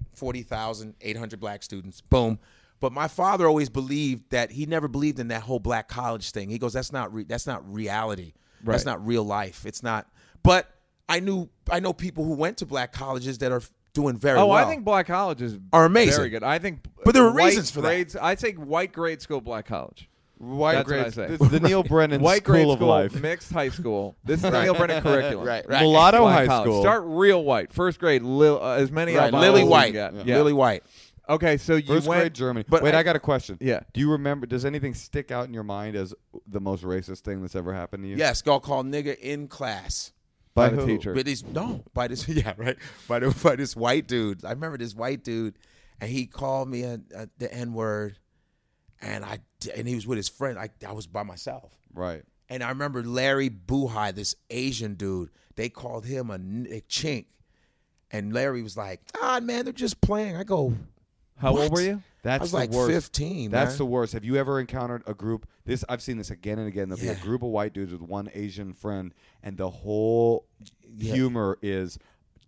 S3: 40,800 black students. Boom. But my father always believed that he never believed in that whole black college thing. He goes, that's not re- that's not reality. That's
S7: Right.
S3: not real life. It's not. But I knew I know people who went to black colleges that are doing very
S7: Oh,
S3: well.
S7: I think black colleges
S3: Are amazing.
S7: Very good. I think,
S3: But there are
S7: white
S3: reasons for that.
S7: grades, I think white grade school, black college,
S2: White
S7: That's what I
S2: grades-
S7: say.
S2: this is the
S7: <laughs>
S2: Neil Brennan
S7: white
S2: School
S7: grade
S2: of
S7: school,
S2: Life,
S7: mixed high
S2: <laughs>
S7: school. This is the Neil Brennan curriculum.
S3: right, right.
S2: Mulatto
S7: Black
S2: High
S7: college.
S2: School.
S7: Start real white. First grade, lil, uh, as many
S3: Right,
S7: albinos
S3: Lily
S7: as you
S3: White.
S7: got. Yeah.
S3: Lily White.
S7: Okay, so you
S2: First
S7: went
S2: grade Germany.
S7: but
S2: Wait, I,
S7: I-
S2: got a question.
S7: Yeah.
S2: Do you remember? Does anything stick out in your mind as the most racist thing that's ever happened to you?
S3: Yes, got called nigger in class.
S7: by
S2: By
S7: the
S2: who?
S7: teacher.
S3: But this no, by this <laughs> yeah right, by the, by this white dude. I remember this white dude, and he called me a, a, the n word, and I d- and he was with his friend. I I was by myself,
S2: Right.
S3: and I remember Larry Buhai, this Asian dude. They called him a, n- a chink, and Larry was like, "Ah man, they're just playing." I go,
S7: How old
S3: "What?"
S7: were you?
S2: That's
S3: I was
S2: the
S3: like
S2: worst.
S3: fifteen.
S2: That's
S3: man.
S2: the worst. Have you ever encountered a group? This I've seen this again and again. There'll be a
S3: Yeah.
S2: group of white dudes with one Asian friend, and the whole
S3: Yeah.
S2: humor is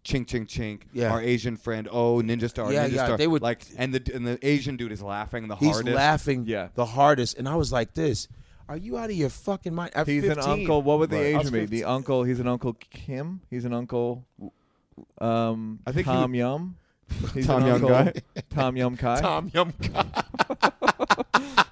S2: chink chink chink.
S3: Yeah.
S2: Our Asian friend, oh ninja star,
S3: Yeah,
S2: ninja
S3: yeah,
S2: star.
S3: they would-
S2: like, and the and the Asian dude is laughing the
S3: He's
S2: hardest.
S3: laughing
S7: Yeah.
S3: the hardest, and I was like, "This, are you out of your fucking mind?" At
S7: He's
S3: 15.
S7: an uncle. What would the
S3: Right. I was
S7: Asian be?
S3: 15.
S7: The uncle. He's an uncle Kim. He's an uncle. Um, I
S2: think
S7: think
S2: he
S7: Tom
S2: would- <laughs>
S7: Yum. He's
S2: Tom
S7: an
S2: Yum
S7: uncle-
S2: guy?
S7: Tom Yum Kai.
S3: Tom Yum Kai.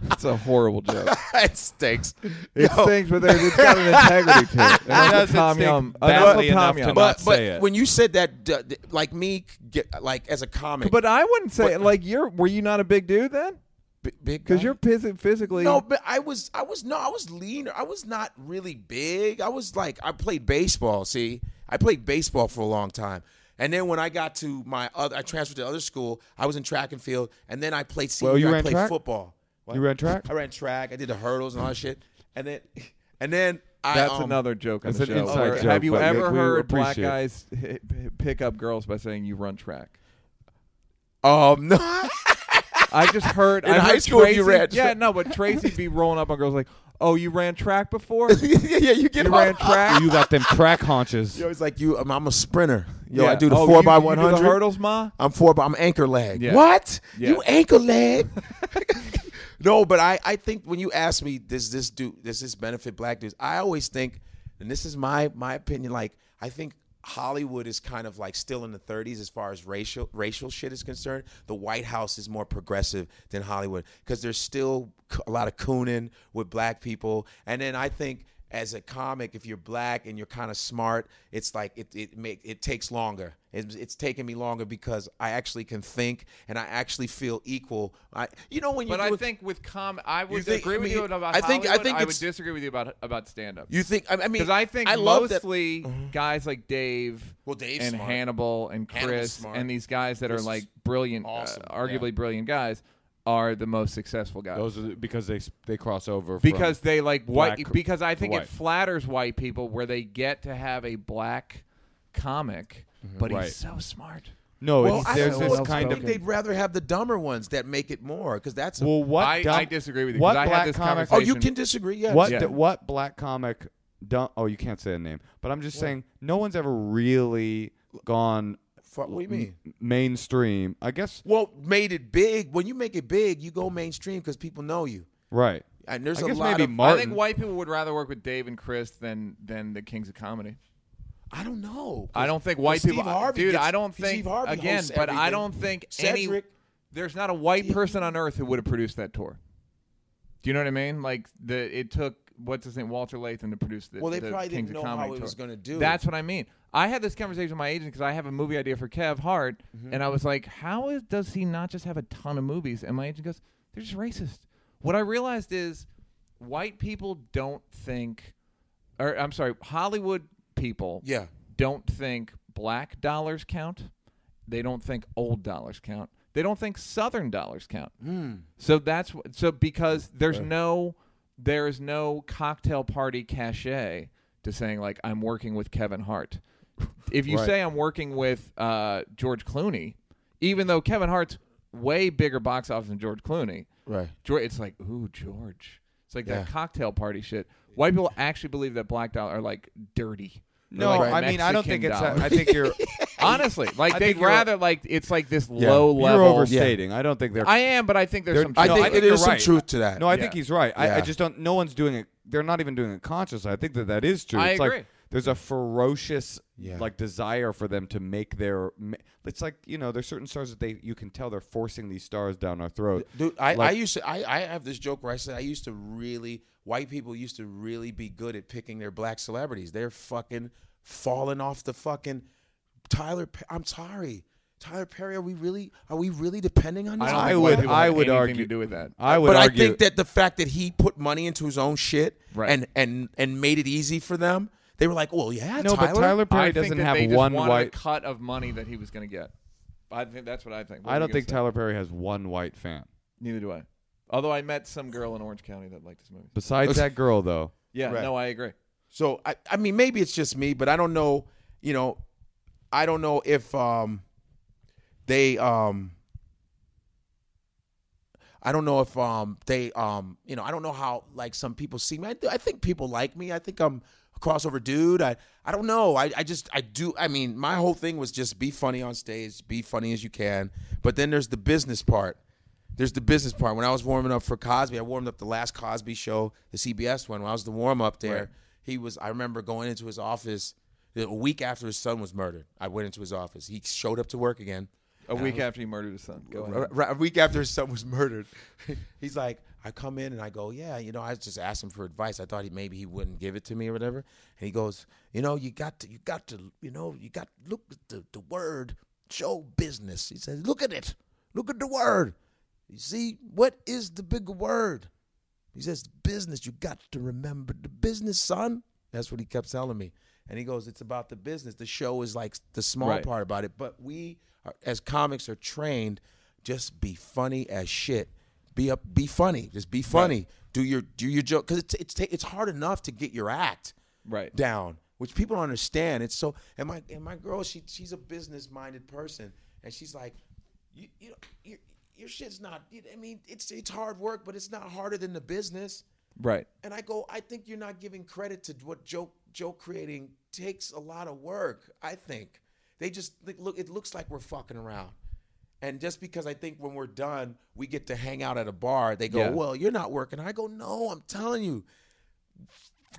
S7: That's a horrible joke.
S3: <laughs> it stinks.
S7: It
S3: Yo,
S7: stinks, but there's, it's got an integrity to
S2: <laughs>
S7: it. An uncle
S2: doesn't
S7: Tom
S2: stink
S7: Yum. An
S2: badly
S7: uncle
S2: enough
S7: Tom
S2: to
S7: Yum.
S2: not-
S3: but but
S2: say it.
S3: when you said that, d- d- like me, get, like as a comic,
S7: But I wouldn't say like you're. Were you not a big dude then?
S3: b- big
S7: Because
S3: guy.
S7: you're phys- physically.
S3: no, but I was I was no I was leaner. I was not really big. I was like I played baseball. See, I played baseball for a long time. And then when I got to my other, I transferred to other school. I was in track and field, and then I played senior.
S2: Well, you
S3: year, I
S2: ran
S3: played
S2: track?
S3: football. What?
S2: <laughs> You ran track? <laughs>
S3: I ran track. I did the hurdles and all that shit. And then, and then I.
S7: That's
S3: um,
S7: another joke on
S2: it's
S7: the
S2: an
S7: show.
S2: inside
S7: where-
S2: joke,
S7: Have you
S2: but
S7: ever
S2: we- we
S7: heard black
S2: appreciate it.
S7: guys hit, hit- pick up girls by saying you run track?
S3: Um, <laughs> no.
S7: I just heard
S3: In
S7: I
S3: high
S7: heard
S3: school,
S7: Tracy,
S3: you ran tra-
S7: Yeah, no, but Tracy be rolling up on girls like, "Oh, you ran track
S3: <laughs>
S7: before? You
S3: yeah, yeah, you get <laughs>
S7: ran track?
S2: You got them track haunches.
S3: Yo, it's like you. I'm, I'm a sprinter. Yo,
S7: yeah.
S3: I do the
S7: oh,
S3: four
S7: you-
S3: by
S7: you do
S3: one hundred
S7: the hurdles, ma."
S3: I'm four by. I'm anchor leg.
S7: Yeah.
S3: What?
S7: Yeah.
S3: You
S7: <laughs>
S3: anchor leg? no, but I I think when you ask me does this do does this benefit black dudes? I always think, and this is my my opinion. Like I think. Hollywood is kind of like still in the 30s as far as racial racial shit is concerned. The White House is more progressive than Hollywood because there's still c- a lot of cooning with black people. And then I think as a comic, if you're black and you're kind of smart, it's like it it make it takes longer. It's, it's taken me longer because I actually can think and I actually feel equal. I you know when you
S1: But I
S3: do it-
S1: think with com, I would
S3: You think-
S1: agree
S3: I
S1: with
S3: mean,
S1: you about
S3: I think- I
S1: Hollywood.
S3: think
S1: I would
S3: it's-
S1: disagree with you about about stand up.
S3: you think I I mean
S1: Because I think
S3: love that-
S1: mostly
S2: Mm-hmm.
S1: guys like Dave,
S3: Well, Dave's
S1: and
S3: smart.
S1: Hannibal and
S3: Hannibal's
S1: Chris
S3: smart.
S1: and these guys that
S3: Chris
S1: are
S3: is
S1: like brilliant, uh,
S3: awesome, yeah.
S1: arguably brilliant guys, are the most successful guys.
S2: Those are the- because they s- they cross over from-
S1: because they like white.
S2: black
S1: because I think
S2: white.
S1: it flatters white people where they get to have a black comic, but
S2: Right.
S1: he's so smart.
S2: no,
S3: well,
S2: it's,
S3: I
S2: there's
S3: don't know,
S2: this
S3: I
S2: kind
S3: think
S2: of
S3: they'd rather have the dumber ones that make it more because that's a,
S2: well, what
S1: I-
S2: dumb-
S1: I disagree with you, 'cause
S2: What
S1: I had
S2: black
S1: this
S2: comic
S3: oh you
S1: conversation-
S3: can disagree yeah
S2: What
S1: Yeah.
S2: d- what black comic? Done, oh, you can't say a name, but I'm just saying no one's ever really gone
S3: Fuck, what do you
S2: Mm.
S3: mean
S2: mainstream. I guess
S3: well made it big when you make it big you go mainstream because people know you
S2: right.
S3: and there's
S2: I
S3: a
S2: guess
S3: lot
S2: maybe
S3: of
S2: Martin.
S1: I think white people would rather work with Dave and Chris than than the Kings of Comedy.
S3: I don't know
S1: I don't think white
S3: Steve
S1: people,
S3: Harvey
S1: dude.
S3: gets-
S1: I don't
S3: Steve
S1: think
S3: Harvey
S1: again,
S3: hosts
S1: but I
S3: everything.
S1: don't think any.
S3: Cedric.
S1: There's not a white person on earth who would have produced that tour. Do you know what I mean? Like the it took what's his name Walter Latham to produce the.
S3: Well, they
S1: the
S3: probably
S1: Kings
S3: didn't
S1: of
S3: know how
S1: Comedy
S3: it was
S1: tour.
S3: gonna do.
S1: That's what I mean. I had this conversation with my agent because I have a movie idea for Kev Hart,
S3: Mm-hmm.
S1: and I was like, "How is, does he not just have a ton of movies?" And my agent goes, "They're just racist." What I realized is, white people don't think, or I'm sorry, Hollywood people
S3: yeah
S1: don't think black dollars count. They don't think old dollars count. They don't think southern dollars count. So that's wh- so because there's no there is no cocktail party cachet to saying like I'm working with Kevin Hart. If you say I'm working with uh, George Clooney, even though Kevin Hart's way bigger box office than George Clooney,
S3: Right.
S1: George, it's like ooh George. It's like that
S3: Yeah.
S1: cocktail party shit. White people actually believe that black dollar are like dirty. They're
S2: No,
S1: like
S2: I mean I don't
S1: Mexican
S2: think it's.
S1: dollars.
S2: I think you're
S1: <laughs> honestly like
S2: I
S1: they'd
S2: think you're-
S1: rather like it's like this
S3: Yeah.
S1: low
S2: you're
S1: level.
S2: overstating. I don't think they're.
S1: I am, but I think there's
S2: They're-
S1: some.
S3: I
S2: No,
S3: think,
S2: I think
S3: there's
S2: you're
S3: some
S2: right.
S3: truth to that.
S2: no, I think he's right. I, I
S3: Yeah.
S2: just don't. No one's doing it. They're not even doing it consciously. I think that that is true.
S1: I
S2: it's
S1: agree.
S2: like there's a ferocious
S3: Yeah.
S2: like desire for them to make their. ma- It's like you know, there's certain stars that they you can tell they're forcing these stars down our throat.
S3: Dude, I, I
S2: Like-
S3: used to I, I have this joke where I said I used to really white people used to really be good at picking their black celebrities. They're fucking falling off the fucking Tyler. Pe- I'm sorry, Tyler Perry. Are we really are we really depending on this?
S2: I
S3: guy?
S1: white
S2: would
S1: people have
S2: I would
S1: anything
S2: argue
S1: to do with that.
S2: I would
S3: but
S2: argue
S3: I think that the fact that he put money into his own shit
S1: Right.
S3: and and and made it easy for them, they were like, well, yeah,
S2: no,
S3: Tyler.
S2: but Tyler
S1: I
S2: Perry
S1: think
S2: doesn't
S1: that
S2: have
S1: they just
S2: one
S1: wanted
S2: white.
S1: a cut of money that he was going to get. I think that's what I think. What
S2: I
S1: were you
S2: don't
S1: gonna
S2: think
S1: say?
S2: Tyler Perry has one white fan.
S1: Neither do I. Although I met some girl in Orange County that liked this movie.
S2: Besides that girl, <laughs> though,
S1: Yeah,
S3: Right.
S1: no, I agree.
S3: So I, I mean, maybe it's just me, but I don't know. You know, I don't know if um, they um, I don't know if um, they um, you know, I don't know how like some people see me. I, I think people like me. I think I'm a crossover dude. I I don't know. I I just I do. I mean, my whole thing was just be funny on stage, be funny as you can. But then there's the business part. There's the business part. When I was warming up for Cosby, I warmed up the last Cosby show, the CBS one. When I was the warm up there, he was. I remember going into his office a week after his son was murdered. I went into his office. He showed up to work again
S1: A week after he murdered his son. Go ahead.
S3: r- r- a week after his son was murdered, <laughs> he's like, I come in and I go, yeah, you know, I just asked him for advice. I thought he maybe he wouldn't give it to me or whatever. And he goes, you know, you got to, you got to, you know, you got to look at the, the word show business. He says, look at it, look at the word. You see, what is the bigger word? He says, business. You got to remember the business, son. That's what he kept telling me. And he goes, it's about the business. The show is like the small
S1: Right.
S3: part about it. But we, are, as comics, are trained just be funny as shit. Be up, be funny. Just be funny. Do your do your joke because it's it's ta- it's hard enough to get your act
S1: Right.
S3: down, which people don't understand. It's so and my and my girl, she she's a business minded person, and she's like, you you know, your your shit's not. you- I mean, it's it's hard work, but it's not harder than the business.
S1: Right.
S3: And I go, I think you're not giving credit to what joke joke creating takes a lot of work. I think they just think- look. It looks like we're fucking around. And just because I think when we're done, we get to hang out at a bar, they go,
S1: Yeah.
S3: "Well, you're not working." I go, "No, I'm telling you,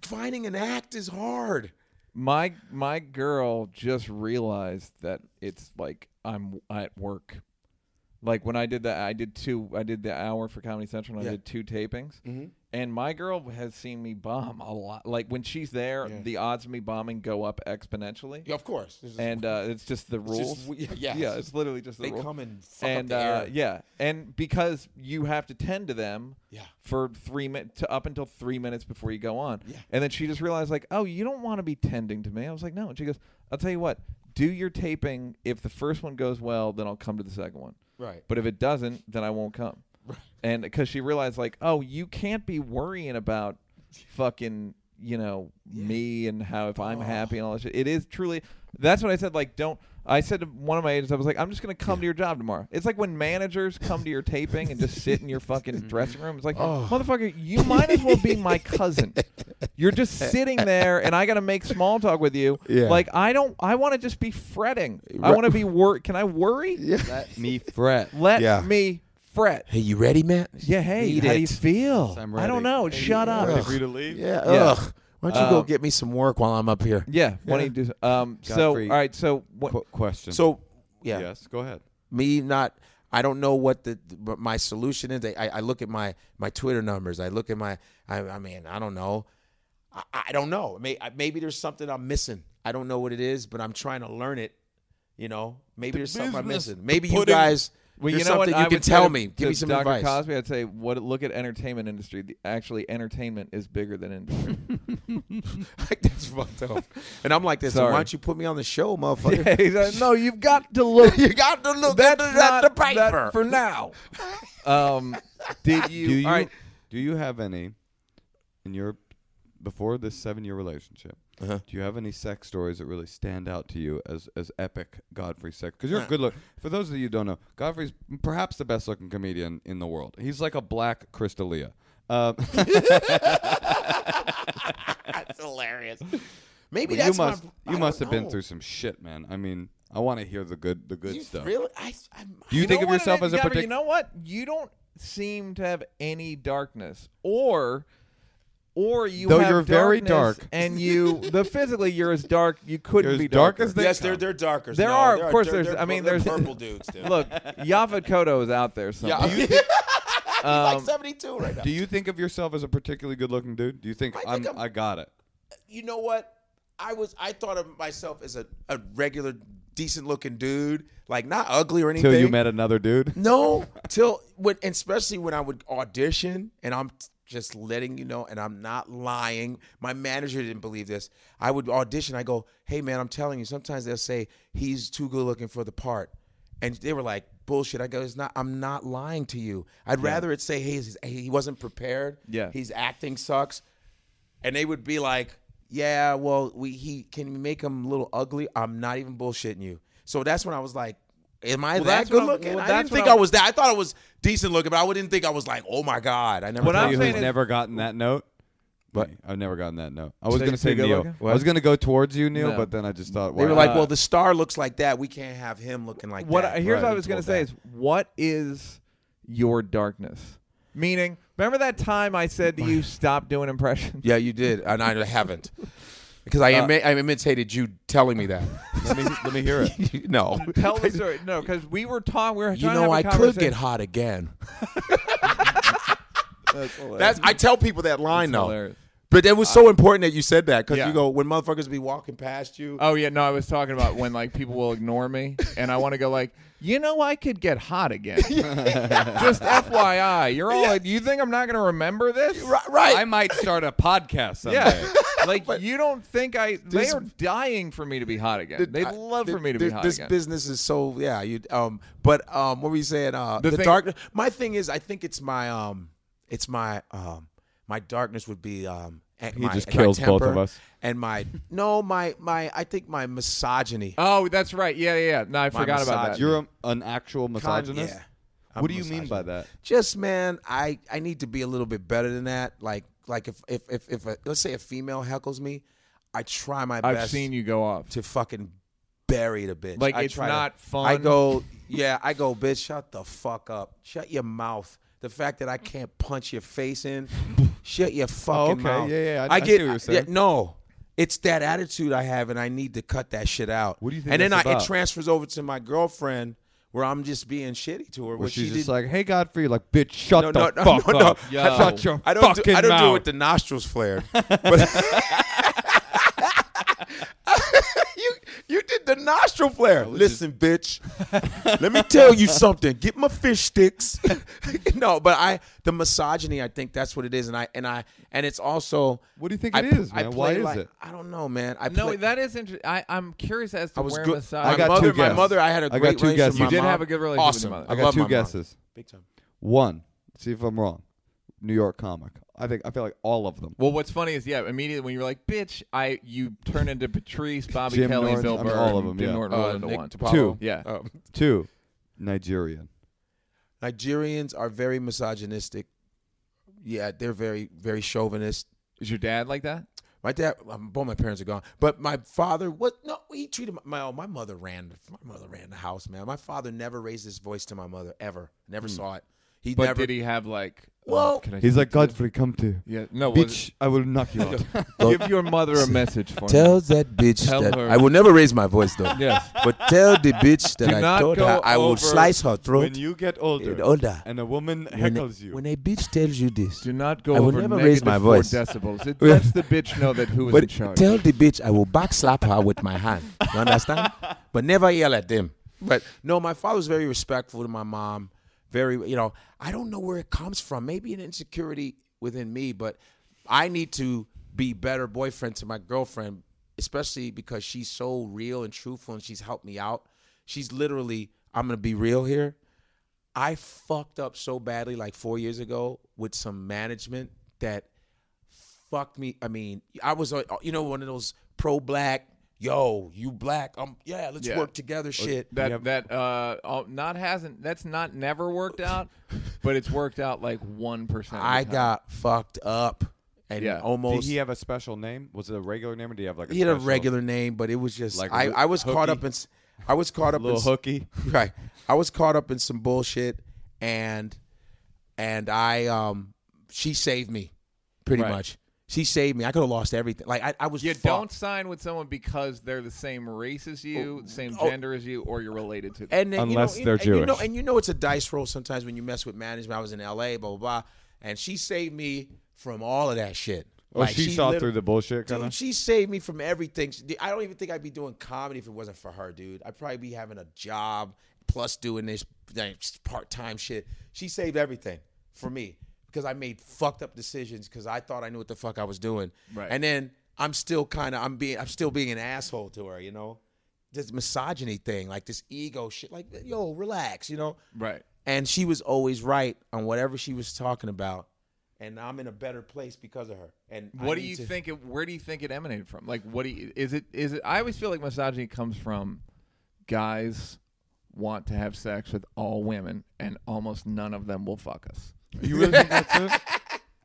S3: finding an act is hard."
S1: My my girl just realized that it's like I'm at work. Like when I did that, I did two. I did the hour for Comedy Central. and I
S3: Yeah. Mm-hmm.
S1: did two tapings, and my girl has seen me bomb a lot. Like when she's there, the odds of me bombing go up exponentially.
S3: Yeah, of course. This is-
S1: and uh, it's just the
S3: just
S1: rules.
S3: w- <laughs> yeah,
S1: yeah,
S3: yes.
S1: it's literally just the
S3: They
S1: rule.
S3: come and fuck up
S1: and
S3: the
S1: uh,
S3: air.
S1: yeah, and because you have to tend to them,
S3: Yeah.
S1: for three minutes to up until three minutes before you go on,
S3: Yeah.
S1: and then she just realized like, oh, you don't want to be tending to me. I was like, no, and she goes, I'll tell you what, do your taping. If the first one goes well, then I'll come to the second one.
S3: Right.
S1: But if it doesn't, then I won't come. Right. And because she realized like, oh, you can't be worrying about fucking you know me and how if I'm happy and all that shit. It is truly. That's what I said. Like, don't. I said to one of my agents, I was like, I'm just gonna come to your job tomorrow. It's like when managers come to your taping and just sit in your
S3: <laughs>
S1: fucking dressing room. It's like, motherfucker, you might as well be my cousin. You're just sitting there, and I gotta make small talk with you.
S3: Yeah.
S1: Like, I don't. I want to just be fretting. I want to be wor. Can I worry?
S2: let me <laughs> fret.
S1: Let
S3: Yeah.
S1: me fret.
S3: Hey, you ready, Matt?
S1: Yeah, hey,
S3: Eat
S1: how
S3: it.
S1: do you feel?
S2: I'm
S1: I don't
S2: ready.
S1: know. Shut up.
S2: Ready for you to leave?
S3: Yeah.
S1: Yeah.
S3: Ugh. Why don't you go get me some work while I'm up here?
S1: Um, Yeah, why don't you do um so all
S2: Godfrey.
S1: right, so what
S2: Qu- question.
S3: So, yeah.
S2: yes, go ahead.
S3: me not I don't know what the what my solution is. I, I look at my my Twitter numbers. I look at my I, I mean I don't know. I, I don't know. May, I- maybe there's something I'm missing. I don't know what it is, but I'm trying to learn it. You know, maybe there's something I'm missing. Maybe you guys
S1: Well,
S3: There's
S1: you know what?
S3: something
S1: I
S3: you can
S1: would say
S3: tell
S1: to-
S3: me.
S1: to
S3: Give me some
S1: Dr.
S3: advice.
S1: <laughs> Cosby, I'd say, what? Look at entertainment industry. The, actually, entertainment is bigger than industry. <laughs>
S3: Like that's fucked up. And I'm like this.
S1: Sorry.
S3: Why don't you put me on the show, motherfucker?
S1: <laughs> Yeah, he's like, no, you've got to look.
S3: <laughs> you got to look at
S1: That's
S3: the, at
S1: not
S3: the
S1: that
S3: paper.
S1: for
S3: <laughs>
S1: now. Um, did you?
S2: Do you
S1: All right.
S2: do you have any in your before this seven year relationship?
S3: Uh-huh.
S2: Do you have any sex stories that really stand out to you as as epic Godfrey sex? Because you're a good look. For those of you who don't know, Godfrey's perhaps the best looking comedian in the world. He's like a black Crystalia. Uh, <laughs>
S3: that's hilarious. Maybe
S2: you
S3: that's my-
S2: must
S3: I
S2: you
S3: don't
S2: must have been
S3: know.
S2: through some shit, man. I mean, I want to hear the good the good
S3: You
S2: stuff.
S3: Really? I, I,
S2: Do you, think
S1: know
S2: of
S1: what it
S2: yourself
S1: is,
S2: as a
S1: Gabby?
S2: particular?
S1: You know what? You don't seem to have any darkness, or or you
S2: Though
S1: have
S2: you're very
S1: darkness
S2: dark.
S1: and you
S2: <laughs>
S1: the physically you're as dark you couldn't
S2: You're as
S1: be
S2: dark
S1: darker.
S2: as they
S3: yes,
S2: come.
S3: they're they're darker.
S1: There
S3: No,
S1: are, of
S3: they're-
S1: course,
S3: they're-
S1: there's-
S3: they're
S1: I mean,
S3: pur- they're
S1: there's-
S3: purple dudes.
S1: <laughs>
S3: Dude.
S1: Look, Yaphet Koto is out there somewhere.
S2: <laughs>
S3: yeah, you, <laughs> he's like 72 right now.
S2: um, Do you think of yourself as a particularly good looking dude? Do you think,
S3: I think
S2: I'm,
S3: I'm-
S2: I got it?
S3: you know what? I was I thought of myself as a, a regular, decent looking dude, like not ugly or anything.
S2: Till you met another
S3: <laughs>
S2: dude.
S3: No, till when, and especially when I would audition, and I'm t- just letting you know, and I'm not lying. My manager didn't believe this. I would audition. I go, hey man, I'm telling you. Sometimes they'll say he's too good looking for the part, and they were like, bullshit. I go, it's not. I'm not lying to you. I'd rather it say, hey, he's- he wasn't prepared.
S1: Yeah.
S3: his acting sucks, and they would be like, yeah, well, we he can we make him a little ugly. I'm not even bullshitting you. So that's when I was like. Am I
S1: Well,
S3: that
S1: that's what
S3: good
S1: I'm-
S3: looking?
S1: well,
S3: I
S1: that's
S3: didn't
S1: what
S3: think
S1: I'm-
S3: I was that. I thought I was decent looking, but I didn't think I was like, oh my god. I never.
S1: What
S3: thought
S1: I'm
S2: you
S3: I was-
S1: saying
S2: who's
S1: is-
S2: never gotten that note?
S3: What?
S2: Me. I've never gotten that note. I was
S1: So you
S2: going to say
S1: say good
S2: Neil.
S1: looking?
S2: I was going to go towards you, Neil,
S1: No.
S2: but then I just thought,
S3: they were
S2: wow.
S3: like, well, the star looks like that. We can't have him looking like
S1: what
S3: that.
S1: I, here's what I
S3: Right.
S1: was going to
S3: Well,
S1: say is what is your darkness? Meaning, remember that time I said to you, stop doing
S2: <laughs>
S1: impressions.
S3: Yeah, you did, and I
S1: <laughs>
S3: haven't because
S1: Uh,
S3: I, imi- I imitated you telling me that.
S2: let, me, let me hear it.
S3: <laughs> no,
S1: Tell
S2: <laughs>
S1: the story. No, because we were talking. We were
S3: you
S1: trying
S3: know
S1: to
S3: I
S1: have a
S3: could
S1: conversation.
S3: get hot again.
S1: That's hilarious.
S3: That's I tell people that line
S1: That's
S3: though.
S1: hilarious.
S3: But it was so important that you said that because
S1: Yeah.
S3: you go when motherfuckers be walking past you.
S1: Oh yeah, no, I was talking about when like people will ignore me, and I want to go like, you know, I could get hot
S3: <laughs>
S1: again. Just FYI, you're all. like, You think I'm not going to remember this?
S3: Ri- right.
S2: I might start a podcast someday.
S3: <laughs>
S1: Yeah, <laughs> like you don't think I? They are dying for me to be hot again. They'd
S3: I-
S1: love for
S3: th-
S1: me to be
S3: th-
S1: hot
S3: This
S1: again.
S3: business is so yeah. You um, but um, what were you saying? Uh,
S1: The
S3: the,
S1: thing-
S3: dark. My thing is, I think it's my um, it's my um, my darkness would be um. He
S2: just kills both of us.
S3: And my no, my my I think my misogyny.
S1: Oh, that's right. Yeah, yeah. yeah. No, I forgot about that.
S3: massage-
S2: You're a, an actual misogynist?
S3: yeah.
S2: What do you mean by that?
S3: Just man, I I need to be a little bit better than that. Like like if if if, if a, let's say a female heckles me, I try my
S1: I've
S3: best.
S1: seen you go off.
S3: to fucking bury the bitch.
S1: Like,
S3: I
S1: it's
S3: try to-
S1: not fun.
S3: I go, yeah, I go, bitch, shut the fuck up. Shut your mouth. The fact that I can't punch your
S2: <laughs>
S3: face in, shut your fucking
S2: Oh, okay.
S3: mouth.
S2: Yeah, yeah, I-
S3: I,
S2: I see
S3: get
S2: what you're
S3: yeah,
S2: saying.
S3: no. It's that attitude I have, and I need to cut that shit out.
S2: What do you think
S3: And then
S2: that's
S3: I, it
S2: about?
S3: transfers over to my girlfriend, where I'm just being shitty to her.
S2: Where
S3: Where
S2: she's
S3: she
S2: just
S3: did,
S2: like, hey, Godfrey, you're like, bitch, shut
S3: no,
S2: the
S3: no, no,
S2: fuck
S3: <laughs> no, no.
S2: up.
S1: Yo.
S2: Shut your
S3: I don't do,
S2: fucking
S3: I don't
S2: mouth.
S3: do it with the
S2: <laughs>
S3: nostrils flared. But <laughs> you you did the nostril flare. Listen, bitch. let me tell you something. Get my fish sticks. <laughs> no, but I the misogyny, I think that's what it is. And I and I and it's also
S2: What do you think
S3: I,
S2: it is,
S3: I
S2: man?
S3: play
S2: Why is
S3: like-
S2: it?
S3: I don't know, man. I
S1: No,
S3: play-
S1: that is interesting. I'm curious as to
S3: I was
S1: where
S3: good.
S1: massage.
S2: I
S3: My
S2: got
S3: mother,
S2: two
S3: my
S2: guesses.
S3: mother, I had a
S2: I got
S3: great
S2: two
S3: relationship
S2: guesses.
S3: with
S2: You
S3: my
S1: did
S3: mom.
S1: have a good relationship with your
S3: Awesome.
S1: mother.
S2: I
S3: I
S2: got
S3: love
S2: two
S3: my mom.
S2: guesses.
S3: Big time.
S2: One, see if I'm wrong. New York comic. I think I feel like all of them.
S1: Well, what's funny is, yeah, immediately when you were like, "Bitch," I you turn into
S2: <laughs>
S1: Patrice, Bobby
S2: Jim
S1: Kelly,
S2: Norton,
S1: Bill
S2: I
S1: Burr,
S2: mean, all of them,
S1: Jim
S2: yeah.
S1: Norton rolled into
S3: Nick
S1: one.
S3: DiPaolo.
S2: Two.
S1: Yeah.
S3: Um,
S2: Two, Nigerian.
S3: Nigerians are very misogynistic. Yeah, they're very very chauvinist.
S1: Is your dad like that?
S3: My dad, um, both my parents are gone, but my father was no. He treated my my, oh, my mother ran my mother ran the house, man. My father never raised his voice to my mother ever. Never saw it. He
S1: Hmm. But
S3: never.
S1: did he have like? oh,
S3: Well-
S1: can I
S2: He's
S1: speak
S2: like,
S1: to you?
S2: Godfrey, come to.
S1: Yeah. No. was
S2: Bitch, I will knock you
S3: <laughs>
S2: out.
S1: it- <laughs> Give your mother a message for me.
S3: Tell that bitch
S1: Tell
S3: that
S1: her.
S3: I will never raise my
S1: <laughs>
S3: voice though.
S1: Yes.
S3: But tell the bitch that
S1: Do
S3: I
S1: not
S3: told
S1: go
S3: her I will
S1: over
S3: slice her throat.
S2: when you get older,
S3: and older.
S2: and a woman
S3: When a-
S2: heckles you,
S3: when a bitch tells you this,
S1: Do not go
S3: I will
S1: over
S3: never
S1: negative
S3: raise my
S1: four
S3: voice. <laughs>
S1: decibels. It lets the bitch know that who is in
S3: But
S1: charge. <laughs>
S3: tell the bitch I will backslap her with my hand. You understand? but never yell at them. But no, my father was very respectful to my mom. Very, you know, I don't know where it comes from. Maybe an insecurity within me, but I need to be better boyfriend to my girlfriend, especially because she's so real and truthful and she's helped me out. She's literally, I'm gonna be real here. I fucked up so badly like four years ago with some management that fucked me. I mean, I was, uh, you know, one of those pro black, yo, you black, um, yeah, let's
S1: Yeah.
S3: work together shit.
S1: That that uh all- not hasn't that's not never worked out, but it's worked out like one percent.
S3: I got fucked up and
S1: Yeah.
S3: almost.
S2: Did he have a special name? Was it a regular name, or do you have like a
S3: he had a
S2: special-
S3: regular name, but it was just
S2: Like
S3: I,
S2: Lil-
S3: I was caught
S2: Hooky?
S3: up in s- I was caught up in
S2: little
S3: s-
S2: hooky?
S3: right. I was caught up in some bullshit and and I um she saved me pretty
S1: Right.
S3: much. She saved me. I could have lost everything. Like I, I was
S1: You
S3: fucked.
S1: don't sign with someone because they're the same race as you, same gender as you, or you're related to them.
S3: Oh, and then,
S2: Unless
S3: you
S2: they're
S3: know, and, and you know,
S2: Jewish.
S3: and you know it's a dice roll sometimes when you mess with management. I was in L.A., blah blah blah, and she saved me from all of that shit.
S2: Oh, she, saw through the bullshit, kind
S3: Dude,
S2: of.
S3: she saved me from everything. She- I don't even think I'd be doing comedy if it wasn't for her, dude. I'd probably be having a job plus doing this part time shit. She saved everything for me because I made fucked up decisions because I thought I knew what the fuck I was doing. Right. And then I'm still kind of I'm being I'm still being an asshole to her, you know. This misogyny thing, like this ego shit, like yo, relax, you know.
S1: Right.
S3: And she was always right on whatever she was talking about, and I'm in a better place because of her. And I
S1: What do
S3: need
S1: you
S3: to-
S1: think? It, where do you think it emanated from? Like, what do you, is it? Is it? I always feel like misogyny comes from guys want to have sex with all women, and almost none of them will fuck us.
S2: You really think that's
S3: <laughs>
S2: it?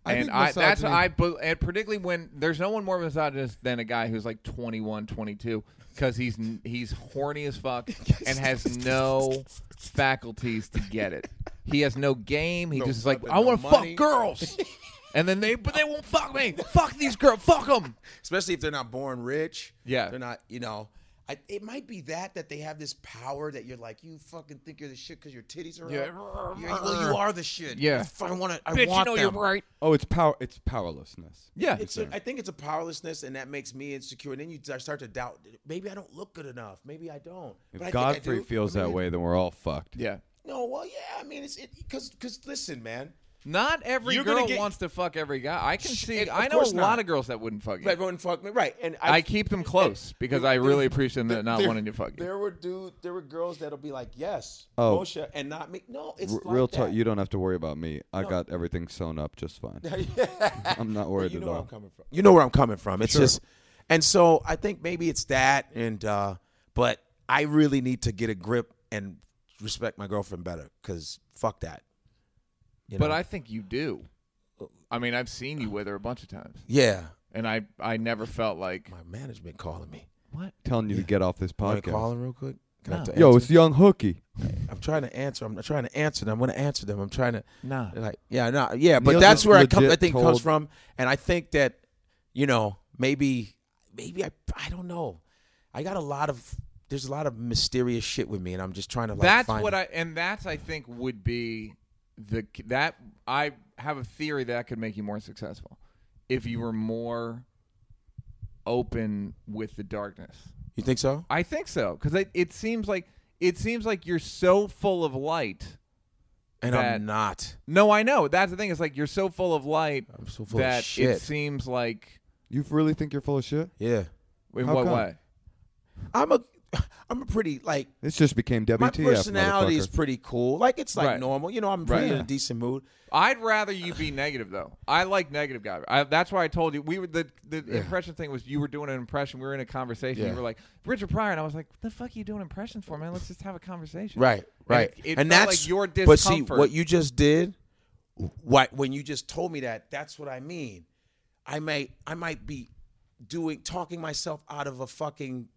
S1: and
S2: think
S1: I, that's what
S2: misogyny-
S1: I, bel- and particularly when there's no one more misogynist than a guy who's like 21, 22, because he's n- he's horny as
S3: <laughs>
S1: fuck and has no faculties to get it. He has no game. He just is like,
S3: nothing,
S1: I
S3: no
S1: want to
S3: money."
S1: fuck
S3: <laughs>
S1: girls, and then they, but they won't fuck me. Fuck these girls. Fuck them.
S3: especially if they're not born rich.
S1: Yeah.
S3: they're not. You know, I, it might be that that they have this power that you're like, you fucking think you're the shit because your titties are.
S1: Yeah.
S3: Out. You're- well, you are the shit.
S1: Yeah.
S3: If I want to. I
S4: Bitch, you
S3: want
S4: know
S3: them.
S4: you're right.
S2: Oh, it's power. It's powerlessness.
S1: Yeah,
S3: It's a, I think it's a powerlessness, and that makes me insecure. And then you I start to doubt. Maybe I don't look good enough. Maybe I don't. But I think I
S2: If Godfrey
S3: do.
S2: feels
S3: I
S2: that
S3: mean,
S2: way, then we're all fucked.
S1: yeah.
S3: No, well, yeah. I mean, it's it because because listen, man.
S1: Not every
S3: You're gonna
S1: girl
S3: get-
S1: wants to fuck every guy. I can
S3: Sh-
S1: see.
S3: of
S1: I know a
S3: course
S1: lot
S3: not.
S1: of girls that wouldn't fuck you.
S3: Right, everyone fuck me. Right, and
S1: I keep them close because I really appreciate them not
S3: there-
S1: wanting to fuck you.
S3: There were dude, there were girls that'll be like, yes,
S2: Oh.
S3: Moshe, and not me. No, it's
S2: R-
S3: like
S2: real
S3: that.
S2: talk. You don't have to worry about me. I got everything sewn up just
S3: <laughs>
S2: fine. I'm not worried
S3: you know
S2: at
S3: where
S2: all.
S3: I'm coming from. You know where I'm coming from. It's just, and so I think maybe it's that, and uh, but I really need to get a grip and respect my girlfriend better because fuck that. You
S1: But
S3: know?
S1: I think you do. I mean, I've seen you with her a bunch of times,
S3: yeah,
S1: and I I never felt like
S3: my management calling me.
S2: Telling you to get off this
S3: Want to call
S2: podcast.
S3: her real quick? Can I have to
S2: Yo,
S3: answer?
S2: it's young hooky.
S3: I'm trying to answer. I'm trying to answer them. I'm going to answer them. I'm trying to.
S1: Nah.
S3: They're Like, yeah, no, yeah. But
S2: Neil
S3: that's
S2: just
S3: where I come. I
S2: legit
S3: think it comes
S2: told-
S3: from, and I think that, you know, maybe, maybe I, I don't know. I got a lot of. There's a lot of mysterious shit with me, and I'm just trying to. Like,
S1: that's
S3: find
S1: what I and that's I think would be the that I have a theory that could make you more successful if you were more open with the darkness.
S3: You think so?
S1: I think so because it, it seems like it seems like you're so full of light.
S3: And
S1: That-
S3: I'm not.
S1: No, I know that's the thing. It's like you're so full of light
S3: I'm so full
S1: that
S3: of shit.
S1: it seems like
S2: You really think you're full of shit?
S3: yeah.
S1: in
S2: How
S1: what
S2: come?
S1: way?
S3: I'm a. I'm a pretty like
S2: This just became WTF.
S3: my personality is
S2: motherfucker.
S3: pretty cool. Like it's like
S1: Right.
S3: normal. You know, I'm pretty
S1: Right.
S3: in a decent mood.
S1: I'd rather you be negative though. I like negative guy. I, that's why I told you we were the the impression thing was you were doing an impression. We were in a conversation.
S3: Yeah.
S1: You were like Richard Pryor, and I was like, "What the fuck are you doing impressions for, man? Let's just have a conversation."
S3: Right, right.
S1: And, it- it
S3: and
S1: felt
S3: that's
S1: like your discomfort.
S3: But see, what you just did, what when you just told me that, that's what I mean. I may, I might be doing talking myself out of a fucking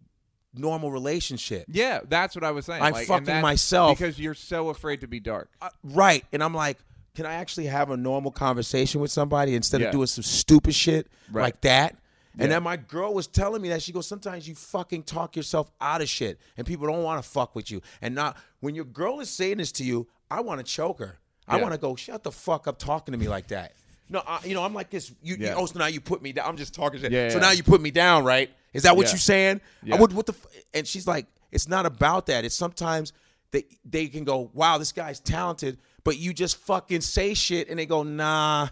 S3: normal relationship.
S1: yeah, that's what I was saying.
S3: I'm
S1: like, and
S3: fucking
S1: that's
S3: myself.
S1: because you're so afraid to be dark.
S3: Uh, right, and I'm like, can I actually have a normal conversation with somebody instead
S1: Yeah.
S3: of doing some stupid shit
S1: Right.
S3: like that? And then my girl was telling me that she goes, sometimes you fucking talk yourself out of shit, and people don't want to fuck with you. And not when your girl is saying this to you, I want to choke her. I
S1: Yeah.
S3: want to go, shut the fuck up, talking to me like that. No, I, you know I'm like this. You,
S1: Yeah.
S3: you oh, so now you put me down. I'm just talking shit.
S1: Yeah,
S3: so
S1: yeah.
S3: now you put me down, right? Is that what
S1: Yeah.
S3: you saying?
S1: Yeah.
S3: I would. What the? F-? And she's like, It's not about that. It's sometimes they they can go, wow, this guy's talented, but you just fucking say shit and they go, nah,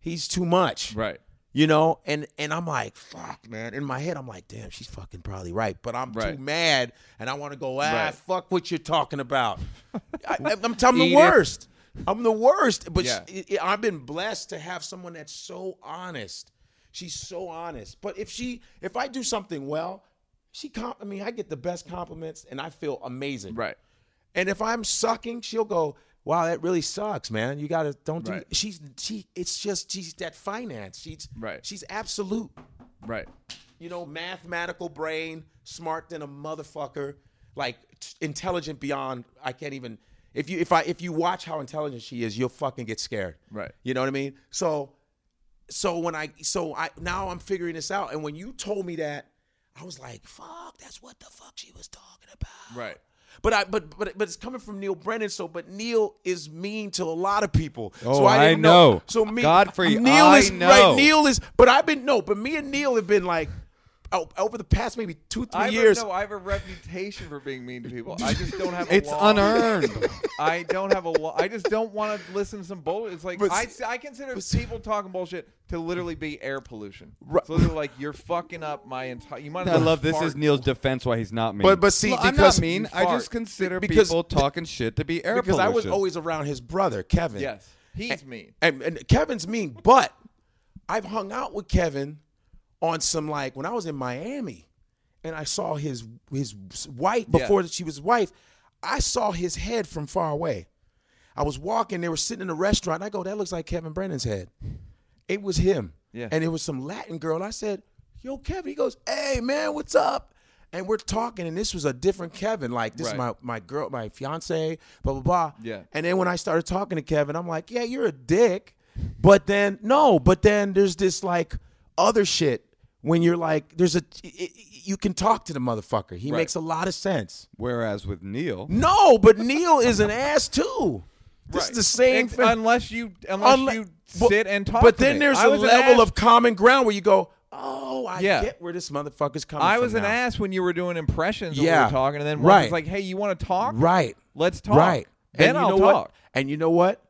S3: he's too much.
S1: Right.
S3: You know, and and I'm like, fuck, man. In my head, I'm like, damn, she's fucking probably right, but I'm
S1: Right.
S3: too mad, and I want to go, ah,
S1: Right.
S3: fuck what you're
S1: <laughs>
S3: talking about. I, I'm, I'm the
S1: Eat it.
S3: worst. I'm the worst. But
S1: Yeah.
S3: she- I- I've been blessed to have someone that's so honest. She's so honest. But if she, if I do something well, she, com- I mean, I get the best compliments, and I feel amazing.
S1: Right.
S3: And if I'm sucking, she'll go, "Wow, that really sucks, man. You gotta don't do."
S1: Right.
S3: She's she. It's just she's that finance. She's
S1: Right.
S3: She's absolute.
S1: Right.
S3: You know, mathematical brain, smart than a motherfucker, like t- intelligent beyond. I can't even. If you if I if you watch how intelligent she is, you'll fucking get scared.
S1: Right.
S3: You know what I mean? So, so when I so I now I'm figuring this out, and when you told me that, I was like, "Fuck, that's what the fuck she was talking about."
S1: Right.
S3: But I but but but it's coming from Neil Brennan. So but Neil is mean to a lot of people.
S2: Oh,
S3: so I, didn't
S2: I know.
S3: So me,
S2: Godfrey,
S3: Neil
S2: I
S3: is
S2: know.
S3: right. Neil is. But I've been no. But me and Neil have been like o- over the past maybe two three
S1: I have a-
S3: years.
S1: no, I have a reputation for being mean to people. I just don't have. A
S2: It's
S1: wall.
S3: <laughs>
S2: unearned.
S1: I don't have a wall. I just don't want to listen to some bullshit. It's like
S3: But
S1: I,
S3: see-
S1: I consider
S3: but see-
S1: people talking bullshit to literally be air pollution.
S3: Right.
S1: So they're like, you're fucking up my entire. You might. As
S2: I
S1: well
S2: love this
S1: fart.
S2: is Neil's defense why he's not mean.
S3: But- but see,
S2: Look,
S3: because-
S2: I'm not mean. I
S1: fart.
S2: just consider
S3: Because-
S2: people talking shit to be air
S3: because I was
S2: pollution.
S3: always around his brother Kevin.
S1: Yes,
S3: Eh,
S1: he's mean.
S3: and, and Kevin's mean, but I've hung out with Kevin on some like when I was in Miami and I saw his his wife before she was wife, I saw his head from far away. I was walking, they were sitting in a restaurant, and I go, that looks like Kevin Brennan's head. It was him.
S1: Yeah.
S3: And it was some Latin girl. I said, Yo, Kevin. He goes, Hey man, what's up? And we're talking, and this was a different Kevin. Like, this is my,
S1: Right.
S3: my girl, my fiance, blah, blah, blah.
S1: Yeah.
S3: And then when I started talking to Kevin, I'm like, yeah, you're a dick. But then, no, but then there's this like other shit when you're like, there's a, it, you can talk to the motherfucker. He makes a lot of sense.
S2: Whereas with Neil,
S3: No, but Neil
S1: <laughs>
S3: is an ass too. This
S1: Right.
S3: is the same
S1: Ex-
S3: thing.
S1: Unless you, unless
S3: Unle-
S1: you
S3: but-
S1: sit and talk.
S3: But
S1: to
S3: then
S1: me.
S3: there's
S1: I
S3: a
S1: was an
S3: level
S1: ass-
S3: of common ground where you go, oh, I
S1: Yeah.
S3: get where this motherfucker's coming
S1: I
S3: from.
S1: was an
S3: now."
S1: ass when you were doing impressions. when we
S3: Yeah.
S1: were talking, and then Mark was
S3: Right.
S1: like, "Hey, you want to talk?
S3: Right.
S1: Let's talk.
S3: Right.
S1: Then
S3: you
S1: I'll
S3: know what-
S1: talk.
S3: And you know what?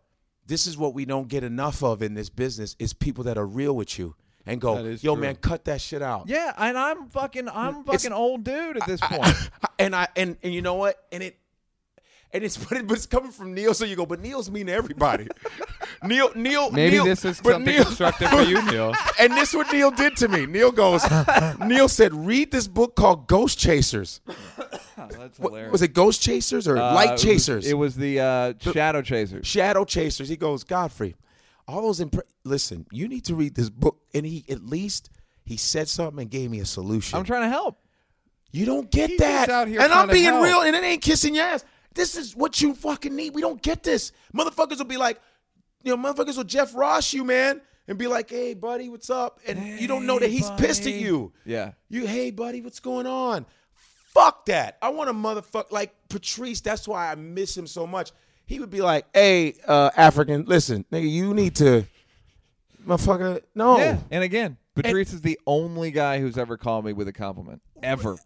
S3: This is what we don't get enough of in this business is people that are real with you and go,
S2: That is
S3: yo,
S2: true.
S3: man, cut that shit out.
S1: Yeah, and I'm fucking, I'm
S3: It's-
S1: fucking old dude at this
S3: <laughs>
S1: point.
S3: and I and and you know what? And it and it's <laughs> but, it, but it's coming from Neil, so you go, but Neil's mean to everybody.
S1: <laughs>
S3: Neil, Neil,
S2: maybe
S3: Neil-
S2: this is
S3: but
S2: something
S3: Neil-
S2: constructive for you, Neil.
S3: <laughs> and this is what Neil did to me. Neil goes, Neil said, read this book called Ghost Chasers.
S1: That's
S3: What-
S1: hilarious.
S3: was it Ghost Chasers or
S1: Uh, it
S3: Light
S1: was-
S3: Chasers?
S1: It was, the uh, Shadow Chasers.
S3: Shadow Chasers. He goes, Godfrey, all those impre- listen, you need to read this book. And he at least he said something and gave me a solution.
S1: I'm trying to help.
S3: you don't get
S2: He's
S3: that.
S2: just out here
S3: and
S2: trying
S3: I'm
S2: to
S3: being
S2: help.
S3: real, and it ain't kissing your ass. This is what you fucking need. We don't get this. Motherfuckers will be like, you know, motherfuckers will Jeff Ross you, man, and be like, hey, buddy, what's up? And you don't know that he's pissed at
S1: buddy.
S3: you.
S1: Yeah.
S3: You, hey, buddy, what's going on? Fuck that. I want a motherfucker like Patrice. That's why I miss him so much. He would be like, hey, uh, African, listen, nigga, you need to, motherfucker, no.
S1: Yeah. And again, Patrice is the only guy who's ever called me with a compliment. Ever.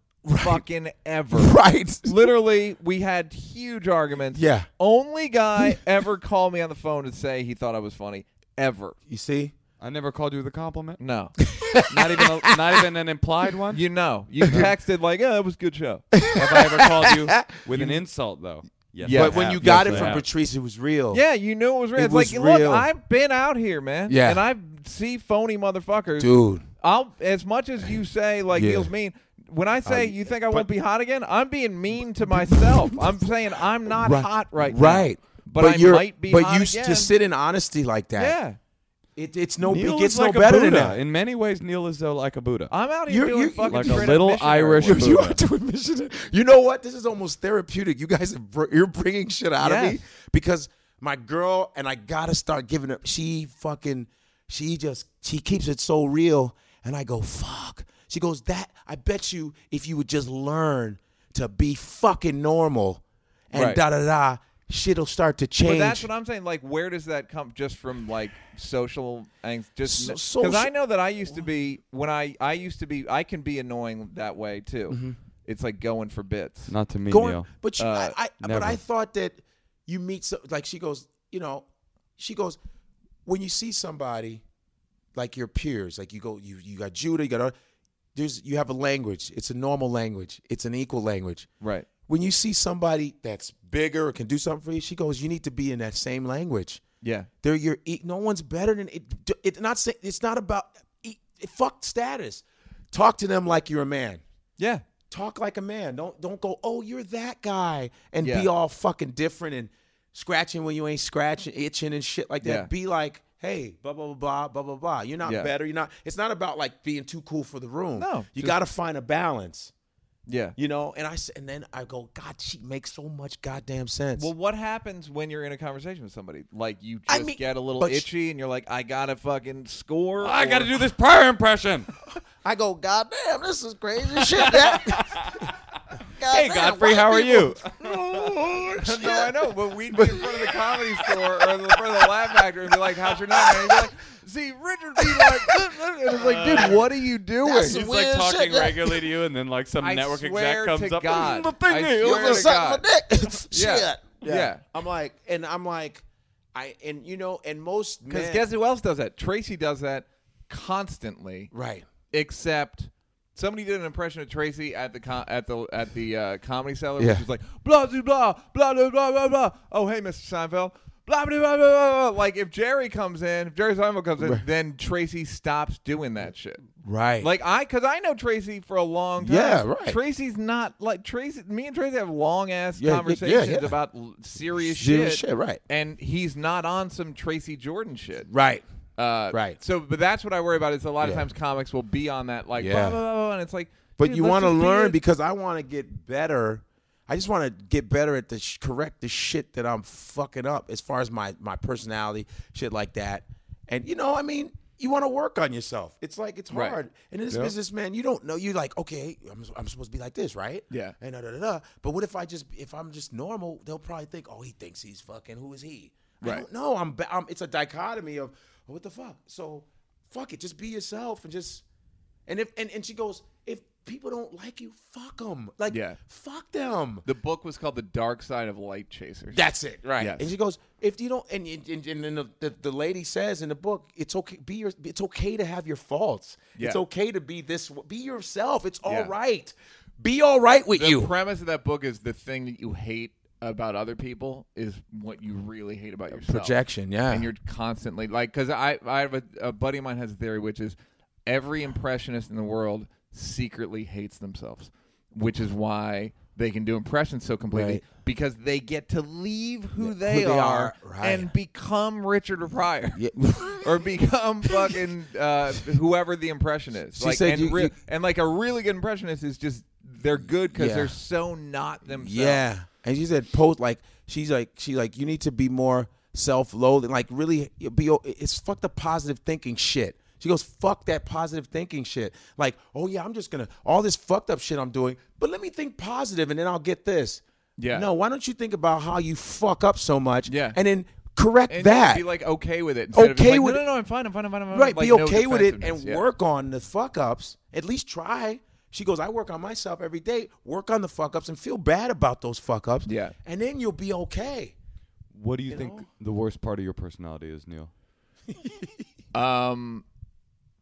S1: Fucking ever.
S3: <laughs> Right.
S1: Literally, we had huge arguments.
S3: Yeah.
S1: Only
S3: <laughs>
S1: guy ever called me on the phone to say he thought I was funny. Ever.
S3: You see?
S2: I never called you the compliment.
S3: <laughs>
S1: No.
S2: Not even a, not even an implied one.
S1: You know. You texted like, oh, that was a good
S3: <laughs>
S1: show.
S2: Have I ever called you with an insult though? Yes,
S1: Yeah.
S2: I
S3: But when
S2: have.
S3: you got
S2: Yes,
S3: it
S2: I
S3: from
S2: have.
S3: Patrice, it was real.
S1: Yeah, you knew it was real.
S3: It
S1: it's
S3: was
S1: like,
S3: real.
S1: look, I've been out here, man.
S3: Yeah.
S1: And I see phony motherfuckers.
S3: Dude.
S1: I'll as much as you say like
S3: Yeah.
S1: Neil's mean. When I say you think I won't be hot again, I'm being mean to myself. I'm saying I'm not hot right now.
S3: Right.
S1: But, I
S3: you're-
S1: might be
S3: But
S1: hot
S3: you
S1: again.
S3: just sit in honesty like that.
S1: Yeah.
S3: It, it's no,
S2: Neil
S3: it
S2: is
S3: gets
S2: like
S3: no
S2: a
S3: better
S2: Buddha.
S3: than that.
S2: In many ways, Neil is though like a Buddha.
S1: I'm out here
S3: You're-
S1: doing
S3: you're-
S1: fucking
S2: Like a
S1: straight up
S2: little
S1: missionary
S2: Irish
S1: work.
S2: Buddha.
S3: You are doing missionary. You know what? This is almost therapeutic. You guys, are br- you're bringing shit out of me
S1: Yes.
S3: because my girl and I gotta start giving up. She fucking, she just, she keeps it so real, and I go fuck. She goes that. I bet you if you would just learn to be fucking normal, and
S1: Right.
S3: da da da, shit'll start to change.
S1: But that's what I'm saying. Like, where does that come? Just from like social angst? Just
S3: So-
S1: because
S3: social- Mm-hmm.
S1: I know that I used to be when I I used to be I can be annoying that way too. It's like going for bits.
S2: Not to me, Neil.
S3: But you,
S1: Uh,
S3: I, I, but I
S2: never.
S3: thought that you meet so, like she goes, you know, she goes when you see somebody like your peers, like you go, you you got Judah, you got other- there's you have a language. It's a normal language. It's an equal language.
S1: Right.
S3: When you see somebody that's bigger or can do something for you, she goes, you need to be in that same language.
S1: Yeah.
S3: They're your e- no one's better than it. It's not say- it's not about e- fuck status. Talk to them like you're a man
S1: Yeah.
S3: talk like a man. Don't don't go, oh, you're that guy, and
S1: Yeah.
S3: be all fucking different and scratching when you ain't scratching, itching and shit like that.
S1: Yeah.
S3: Be like, hey, blah blah blah blah blah blah blah. You're not
S1: Yeah.
S3: better. You're not. It's not about like being too cool for the room.
S1: No,
S3: you
S1: just-
S3: got to find a balance.
S1: Yeah.
S3: You know, and I s- and then I go, God, she makes so much goddamn sense.
S1: Well, what happens when you're in a conversation with somebody? Like you just
S3: I mean,
S1: get a little
S3: but sh-
S1: itchy, and you're like, "I gotta fucking score."
S2: I
S1: or-
S2: got to do this prayer impression.
S3: I go, God damn, this is crazy shit.
S2: <laughs>
S3: That,
S2: hey, Godfrey, how are you?
S1: <laughs> <laughs> no, I know, but we'd be in front of the comedy store or in front of the Laugh Factory and be like, "How's your night?" man?" And he'd be like, "See, Richard be like," <laughs> and it's
S2: Uh,
S1: like, "Dude, what are you doing?"
S3: That's
S2: He's
S3: Some
S2: like
S3: weird
S2: talking
S3: shit.
S2: regularly to you, and then like some
S1: I
S2: network
S1: swear
S2: exec comes
S1: to
S2: up.
S1: God.
S2: The thing
S1: I
S2: is,
S1: swear
S2: look
S1: to
S2: at
S3: Suck my
S1: God.
S3: dick. <laughs>
S1: Yeah.
S3: Shit.
S1: Yeah.
S3: I'm like, and I'm like, I and you know, and most
S1: Because
S3: men,
S1: guess who else does that? Tracy does that constantly.
S3: right?
S1: except somebody did an impression of Tracy at the com- at the at the uh, comedy cellar.
S3: Yeah.
S1: Which was like blah blah blah blah blah blah blah blah. Oh hey, Mr. Seinfeld. Blah blah blah blah. blah. blah. Like if Jerry comes in, if Jerry Seinfeld comes in, then Tracy stops doing that shit.
S3: Right.
S1: Like I, because I know Tracy for a long time.
S3: Yeah, right.
S1: Tracy's not like Tracy. Me and Tracy have long ass
S3: Yeah, yeah, yeah,
S1: conversations
S3: yeah.
S1: about l- serious,
S3: Serious
S1: shit.
S3: shit, right.
S1: And he's not on some Tracy Jordan shit.
S3: Right.
S1: Uh,
S3: Right.
S1: So, but that's what I worry about. Is a lot of
S3: Yeah.
S1: times comics will be on that like
S3: Yeah.
S1: blah, blah blah blah, and it's like.
S3: But
S1: dude,
S3: you
S1: let's
S3: want to
S1: just be
S3: learn
S1: a-
S3: because I want to get better. I just want to get better at the sh- correct the shit that I'm fucking up as far as my my personality, shit like that. And you know, I mean, you want to work on yourself. It's like it's
S1: Right.
S3: hard. And in this business, man, you don't know. You're like, okay, I'm, I'm supposed to be like this, right?
S1: Yeah.
S3: And da, da, da, da. But what if I just if I'm just normal? They'll probably think, oh, he thinks he's fucking. Who is he? I
S1: Right.
S3: don't know. I'm, ba- I'm. It's a dichotomy of what the fuck. So fuck it. Just be yourself and just and if and, and she goes, if people don't like you, fuck them. Like,
S1: Yeah.
S3: fuck them.
S1: the book was called "The Dark Side of Light Chasers."
S3: That's it, right?
S1: Yes.
S3: And she goes, if you don't, and and, and, and then the, the, the lady says in the book, it's okay. Be your. It's okay to have your faults. It's
S1: Yeah.
S3: okay to be this. Be yourself. It's all right.
S1: Yeah.
S3: Be all right with
S1: the
S3: you.
S1: premise of that book is the thing that you hate about other people is what you really hate about yourself.
S3: Projection, yeah.
S1: And you're constantly like, because I, I have a, a buddy of mine has a theory which is every impressionist in the world secretly hates themselves, which is why they can do impressions so completely
S3: Right.
S1: because they get to leave who they,
S3: they are,
S1: are,
S3: right.
S1: and become Richard or Pryor.
S3: Yeah.
S1: <laughs> or become fucking uh, whoever the impression is. like,
S3: said
S1: and,
S3: you-
S1: re-
S3: you-
S1: and like a really good impressionist is just they're good because
S3: Yeah.
S1: they're so not themselves.
S3: Yeah. And she said post like she's like she like you need to be more self-loathing like really be it's fuck the positive thinking shit. She goes fuck that positive thinking shit. Like, oh yeah, I'm just going to all this fucked up shit I'm doing, but let me think positive and then I'll get this.
S1: Yeah.
S3: No, why don't you think about how you fuck up so much
S1: Yeah.
S3: and then correct
S1: And
S3: that?
S1: be like okay with it. instead of being
S3: Okay
S1: like,
S3: with
S1: no,
S3: it.
S1: no, no, I'm fine, I'm fine, I'm fine, I'm fine.
S3: Right,
S1: Like,
S3: be
S1: no
S3: okay with it and
S1: defensiveness. Yeah.
S3: work on the fuck ups. At least try. She goes, I work on myself every day. Work on the fuck ups and feel bad about those fuck ups.
S1: Yeah.
S3: and then you'll be okay.
S2: What do you, think the worst part of your personality is, Neil?
S1: Um,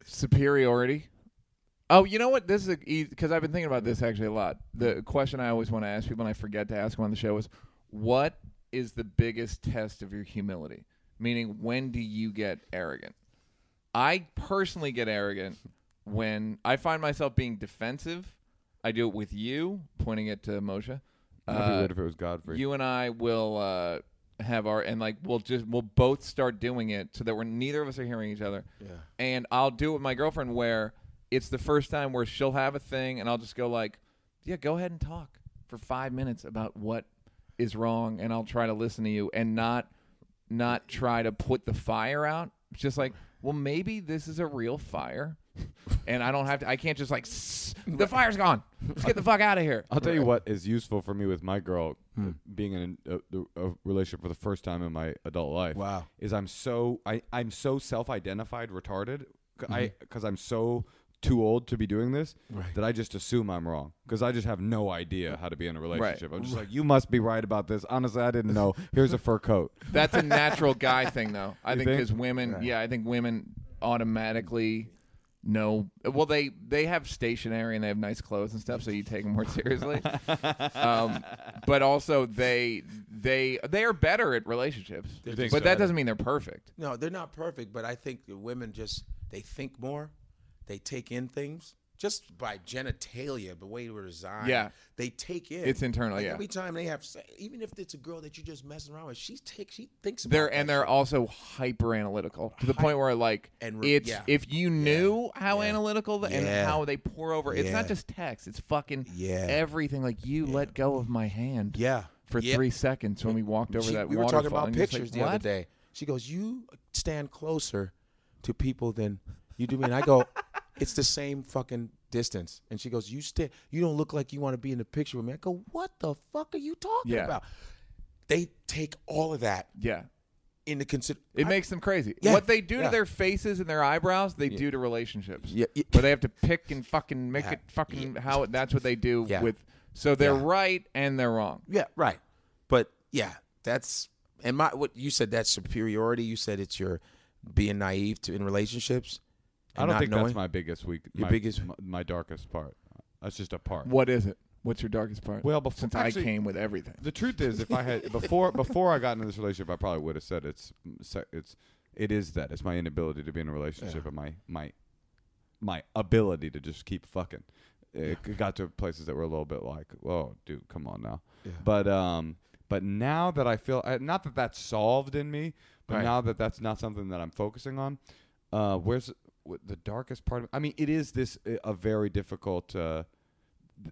S1: superiority. Oh, you know what? This is because I've been thinking about this actually a lot. The question I always want to ask people, and I forget to ask them on the show, is what is the biggest test of your humility? Meaning, when do you get arrogant? I personally get arrogant when I find myself being defensive. I do it with you, pointing it to Moshe.
S2: I'd be
S1: Uh,
S2: weird if it was Godfrey.
S1: you and I will uh, have our and like we'll just we'll both start doing it so that we're neither of us are hearing each other. Yeah. And I'll do it with my girlfriend where it's the first time where she'll have a thing and I'll just go like, "Yeah, go ahead and talk for 5 minutes about what is wrong and I'll try to listen to you and not not try to put the fire out. It's just like, well, maybe this is a real fire. and I don't have to. I can't just like "Sss, the fire's gone. Let's get the fuck out of here.
S2: I'll tell you what is useful for me with my girl
S3: Hmm.
S2: uh, being in a, a, a relationship for the first time in my adult life.
S3: Wow. Mm-hmm.
S2: is I'm so I I'm so self-identified retarded. 'cause I because I'm so too old to be doing this that I just assume I'm wrong because I just have no idea how to be in a relationship. I'm just like, you must be right about this. Honestly, I didn't know. Here's a fur
S3: <laughs>
S2: coat.
S1: That's a natural guy thing, though. I think
S2: think?
S1: because women, yeah, I think women automatically know. Well, they they have stationery and they have nice clothes and stuff, so you take them more seriously. um, but also, they they they are better at relationships. But
S3: so.
S1: that doesn't mean they're perfect.
S3: No, they're not perfect, but I think the women just they think more, they take in things just by genitalia, the way we're designed.
S1: Yeah.
S3: they take in.
S1: It's internal,
S3: Like,
S1: yeah.
S3: Every time they have, se- even if it's a girl that you're just messing around with, she takes, she thinks about.
S1: They're
S3: that
S1: and they're also hyper analytical to the point where like
S3: And re-
S1: it's
S3: yeah.
S1: if you knew how
S3: Yeah.
S1: analytical the,
S3: Yeah.
S1: and how they pour over. It's
S3: Yeah.
S1: not just text. It's fucking
S3: Yeah.
S1: everything. Like you let go of my hand.
S3: shit. yeah.
S1: for
S3: Yeah.
S1: three seconds when we walked over
S3: She-
S1: that
S3: we were
S1: waterfall.
S3: talking about
S1: and you're just
S3: pictures
S1: like,
S3: the other
S1: "What?"
S3: day. She goes, "You stand closer to people than you do me," and I go, <laughs> "It's the same fucking distance." And she goes, "You stand. You don't look like you want to be in the picture with me." I go, "What the fuck are you talking
S1: Yeah.
S3: about?" They take all of that
S1: Yeah.
S3: into consider.
S1: It makes them crazy.
S3: Yeah.
S1: What they do
S3: Yeah.
S1: to their faces and their eyebrows, they do to relationships.
S3: Yeah, yeah.
S1: Where they have to pick and fucking make it fucking how that's what they do
S3: Yeah.
S1: with so they're
S3: Yeah.
S1: right and they're wrong.
S3: Yeah, right. But yeah, that's and my what you said that superiority. You said it's your being naive to in relationships.
S2: I don't
S3: and not
S2: think
S3: knowing.
S2: that's my biggest week.
S3: Your
S2: my,
S3: biggest-
S2: my, my darkest part. That's just a part.
S1: What is it? What's your darkest part?
S2: Well, before-
S1: since
S2: actually-
S1: I came with everything.
S2: The truth is, if I had before before I got into this relationship, I probably would have said it's it's it is that it's my inability to be in a relationship and my my my ability to just keep fucking. It got to places that were a little bit like, "Whoa, dude, come on now." But um, but now that I feel uh, not that that's solved in me, but now that that's not something that I'm focusing on, uh, where's w- the darkest part? Of, I mean, it is this uh, a very difficult. Uh, uh,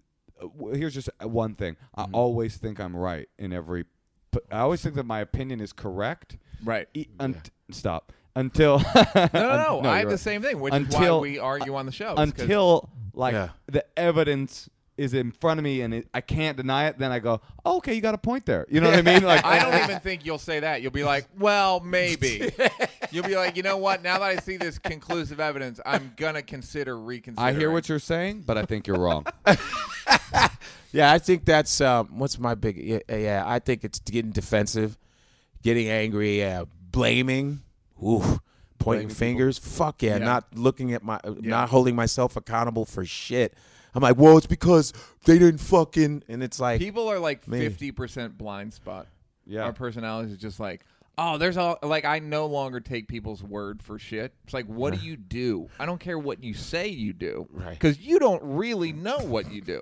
S2: w- here's just one thing. I
S1: Mm-hmm.
S2: always think I'm right in every. p- I always think that my opinion is correct.
S1: Right.
S2: E- un- Stop. Until <laughs>
S1: No, no, no. I
S2: you're
S1: have the
S2: right.
S1: same thing, which is why
S2: Until-
S1: we argue on the show. is 'cause-
S2: Until like
S3: Yeah.
S2: the evidence is in front of me and it, I can't deny it, then I go, oh, okay, you got a point there. You know what I mean?
S1: <laughs>
S2: Like
S1: I don't even think you'll say that. You'll be like, well, maybe. You'll be like, you know what? Now that I see this conclusive evidence, I'm gonna consider
S2: I
S1: reconsidering.
S2: hear what you're saying, but I think you're
S3: <laughs>
S2: wrong.
S3: Yeah, I think that's um, what's my big. Yeah, yeah, I think it's getting defensive, getting angry, yeah, blaming, ooh, pointing fingers. Fuck yeah, not looking at my, uh, not holding myself accountable for shit. I'm like, well, it's because they didn't fucking, and it's like,
S1: People are like
S3: Me.
S1: fifty percent blind spot.
S2: Yeah.
S1: our personalities is just like, oh, there's all like I no longer take people's word for shit. It's like, what do you do? I don't care what you say you do, right? Because you don't really know what you do.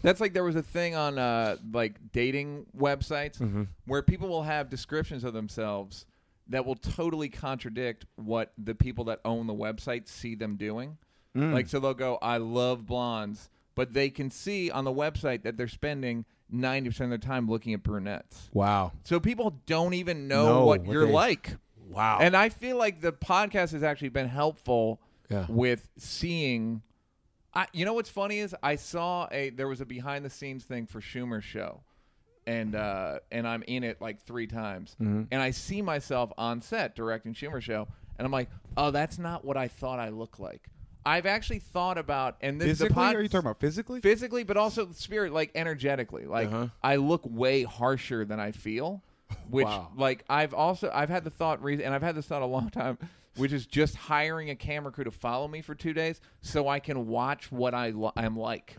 S1: That's like there was a thing on uh, like dating websites where people will have descriptions of themselves that will totally contradict what the people that own the website see them doing. Like, so they'll go, I love blondes, but they can see on the website that they're spending 90% of their time looking at brunettes.
S3: wow,
S1: So people don't even know
S3: No,
S1: what,
S3: what
S1: you're
S3: they-
S1: like.
S3: wow,
S1: And I feel like the podcast has actually been helpful
S3: Yeah.
S1: with seeing. I, you know what's funny is I saw a there was a behind the scenes thing for Schumer's show, and uh, and I'm in it like three times,
S2: Mm-hmm.
S1: and I see myself on set directing Schumer's show, and I'm like, oh, that's not what I thought I look like. I've actually thought about and this
S2: physically,
S1: the pod-
S2: are you talking about physically? Uh-huh.
S1: physically, but also spirit, like energetically. Like I look way harsher than I
S2: <laughs>
S1: feel. Which, like, I've also I've had the thought, re- and I've had this thought a long time, which is just hiring a camera crew to follow me for two days so I can watch what I li- I'm like.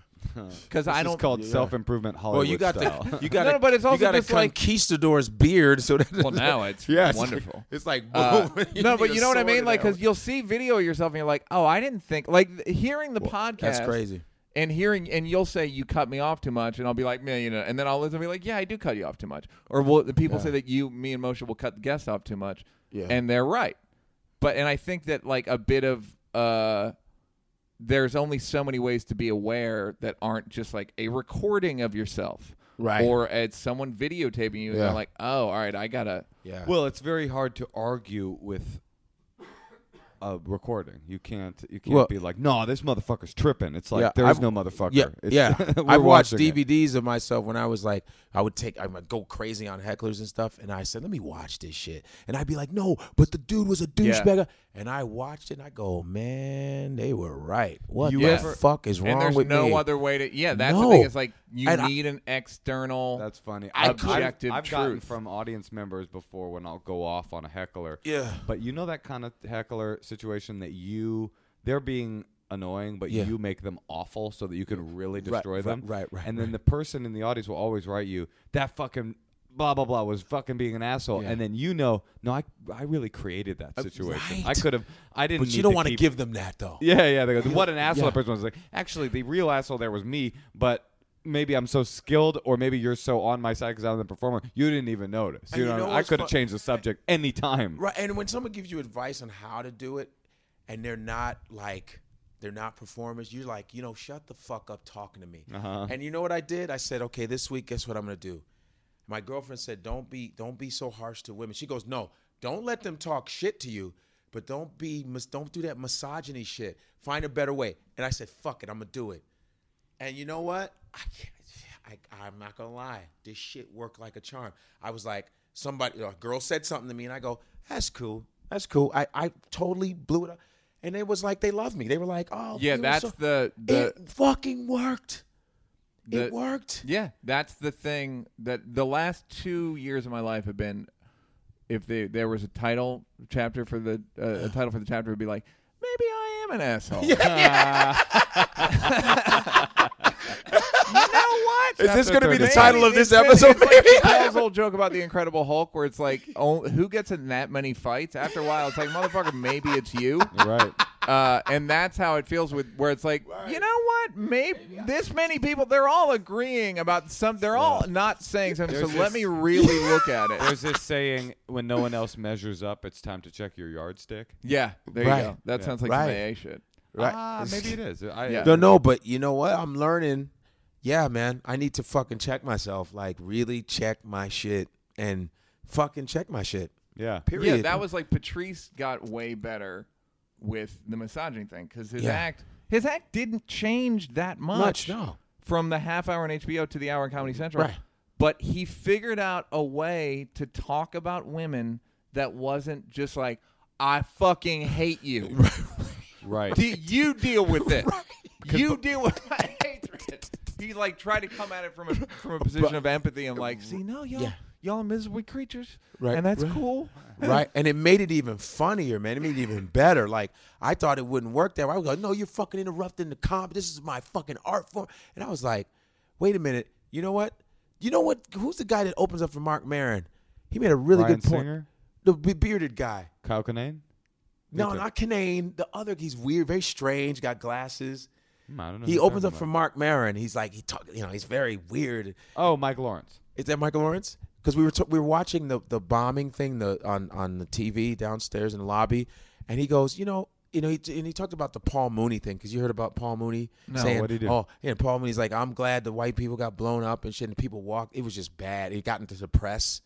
S1: Because I
S2: It's
S1: don't
S2: called self improvement Hollywood
S3: well, Oh, you got
S2: style.
S3: the, you got, a,
S1: No, but it's also
S3: you got
S1: just
S3: a
S1: like-
S3: conquistador's beard, so that
S1: <laughs> Well,
S3: <laughs>
S1: now
S2: <laughs>
S1: it's
S2: Yeah, it's
S1: wonderful.
S3: it's like,
S1: Uh,
S3: <laughs> boom,
S1: no,
S3: need
S1: but
S3: a
S1: you know what I
S3: sword
S1: mean,
S3: in
S1: like
S3: that
S1: because you'll see video of yourself and you're like, oh, I didn't think like th- hearing the podcast.
S3: that's crazy.
S1: And hearing and you'll say you cut me off too much, and I'll be like, man, you know, and then I'll listen and be like, yeah, I do cut you off too much, or will the people say that you, me, and Moshe will cut the guests off too much,
S3: Yeah.
S1: and they're right. But and I think that like a bit of uh, there's only so many ways to be aware that aren't just like a recording of yourself,
S3: Right.
S1: Or it's someone videotaping you, and
S3: Yeah.
S1: they're like, oh, all right, I gotta,
S3: Yeah.
S2: <laughs> Well, it's very hard to argue with a recording. You can't. You can't
S3: Well-
S2: be like, "No, this motherfucker's tripping." It's like
S3: Yeah,
S2: there's
S3: I've-
S2: no motherfucker.
S3: Yeah,
S2: It's- <laughs>
S3: yeah.
S2: we're
S3: I watched
S2: watching it.
S3: DVDs of myself when I was like, I would take, I would go crazy on hecklers and stuff, and I said, let me watch this shit, and I'd be like, no, but the dude was a douchebag, And I watched it and I go, man, they were right. What
S2: You
S3: the
S2: ever-
S3: fuck is wrong
S1: and there's
S3: with
S1: no
S3: me?
S1: other way to. Yeah, that's
S3: No.
S1: the thing. It's like you
S3: And I-
S1: need an external.
S2: That's funny.
S1: I
S2: I've, I've,
S1: objective
S2: I've gotten
S1: truth.
S2: from audience members before when I'll go off on a heckler.
S3: Yeah.
S2: But you know that kind of heckler situation that you they're being annoying, but
S3: Yeah.
S2: you make them awful so that you can really destroy
S3: right,
S2: them.
S3: right, right,
S2: And then the person in the audience will always write you that fucking blah blah blah was fucking being an asshole, and then you know, no, I I really created that situation. I
S3: Uh, right.
S2: could have. I didn't.
S3: But you
S2: need
S3: don't
S2: want
S3: to give them that though.
S2: yeah, yeah. They go, what an asshole
S3: yeah.
S2: that person was. Like, actually, the real asshole there was me, but maybe I'm so skilled, or maybe you're so on my side because I'm the performer. You didn't even notice. You
S3: you
S2: know,
S3: know
S2: I
S3: what's
S2: could have
S3: fu-
S2: changed the subject any time.
S3: Right. And when someone gives you advice on how to do it and they're not like they're not performers, you're like, you know, shut the fuck up talking to me. And you know what I did? I said, okay, this week, guess what I'm gonna do? My girlfriend said, don't be don't be so harsh to women. She goes, no, don't let them talk shit to you, but don't be mis- don't do that misogyny shit. Find a better way. And I said, fuck it, I'm gonna do it. And you know what? I can't. I, I'm not gonna lie. This shit worked like a charm. I was like, somebody, a girl said something to me, and I go, "That's cool. That's cool." I, I totally blew it up, and it was like they loved me. They were like, "Oh,
S1: yeah,
S3: you were
S1: that's
S3: so-
S1: the the
S3: <clears throat> it fucking worked.
S1: The-
S3: it worked.
S1: Yeah, that's the thing that the last two years of my life have been. If they, there was a title chapter for the uh, a title for the chapter would be like maybe I am an asshole. <laughs> you know what?
S3: Is this
S2: Chapter
S3: gonna be the
S2: 35.
S3: title of this
S1: It's been-
S3: episode?
S1: It's like
S3: Maybe I
S1: Chappelle's old joke about the Incredible Hulk, where it's like, oh, who gets in that many fights? After a while, it's like, motherfucker, maybe it's
S3: <laughs>
S1: you.
S2: <laughs> right.
S1: Uh, and that's how it feels with where it's like, you know what? Maybe this many people, they're all agreeing about some. They're all not saying something. so
S2: There's
S1: let
S2: this-
S1: me really look at it.
S2: There's this saying: when no one else measures up, it's time to check your yardstick.
S1: Yeah, there
S3: Right.
S1: you go. That sounds like some
S3: Right.
S1: AA shit.
S3: Right.
S2: Ah,
S1: <laughs>
S2: maybe it is. I,
S1: Yeah.
S3: No, no, but you know what? I'm learning. Yeah, man, I need to fucking check myself. Like, really check my shit and fucking check my shit.
S2: yeah.
S3: Period.
S1: Yeah, that was like Patrice got way better with the misogyny thing because his
S3: Yeah.
S1: act his act didn't change that much,
S3: Much, no.
S1: from the half hour on HBO to the hour on Comedy Central.
S3: Right.
S1: But he figured out a way to talk about women that wasn't just like I fucking hate
S3: <laughs>
S1: you.
S2: Right.
S1: De- you deal with it. You deal with <laughs> my hatred. He like tried to come at it from a from
S3: <laughs>
S1: a position of empathy and like, see, no, y'all,
S3: Yeah.
S1: y'all are miserable creatures,
S3: Right,
S1: and that's
S3: right.
S1: cool.
S3: right? And it made it even funnier, man. It made it even better. Like I thought it wouldn't work that way. I was like, no, you're fucking interrupting the comp. This is my fucking art form. And I was like, wait a minute. You know what? You know what? Who's the guy that opens up for Mark Maron? He made a really
S2: Bryan
S3: good point.
S2: Singer?
S3: The be- bearded guy.
S2: Kyle Kinane?
S3: No,
S2: Okay.
S3: not Canaan. The other, he's weird, very strange, got glasses.
S2: Hmm, I don't know. who
S3: He
S2: you're
S3: opens up
S2: talking
S3: for
S2: about.
S3: Mark Maron. He's like, he talk, you know, he's very weird.
S2: Oh, Mike Lawrence.
S3: Is that Michael Lawrence? Because we were t- we were watching the the bombing thing the on on the TV downstairs in the lobby, and he goes, you know, you know, he, and he talked about the Paul Mooney thing because you heard about Paul Mooney saying,
S2: what'd he do?
S3: oh, yeah, Paul Mooney's like, I'm glad the white people got blown up and shit, and people walked. It was just bad. It got into the press.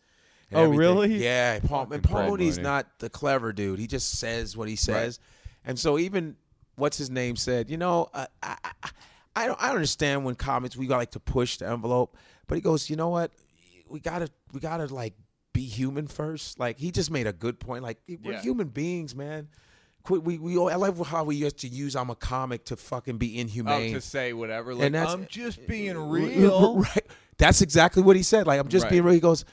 S3: and
S2: Oh,
S3: everything.
S2: really?
S3: Yeah, Paul. And
S2: Fucking
S3: Paul
S2: Paul
S3: Mooney's
S2: Mooney.
S3: not the clever dude. He just says what he says, and so even what's his name said, you know, uh, I, I I don't I don't understand when comics we got like to push the envelope, but he goes, you know what, we gotta we gotta like be human first. Like he just made a good point. Like we're
S1: Yeah.
S3: human beings, man. Quit. We we all, I love how we used to use I'm a comic to fucking be
S1: Oh,
S3: inhumane.
S1: to say whatever, like
S3: that's-
S1: I'm just being real.
S3: <laughs> Right. That's exactly what he said. Like I'm just
S1: Right.
S3: being real. He goes,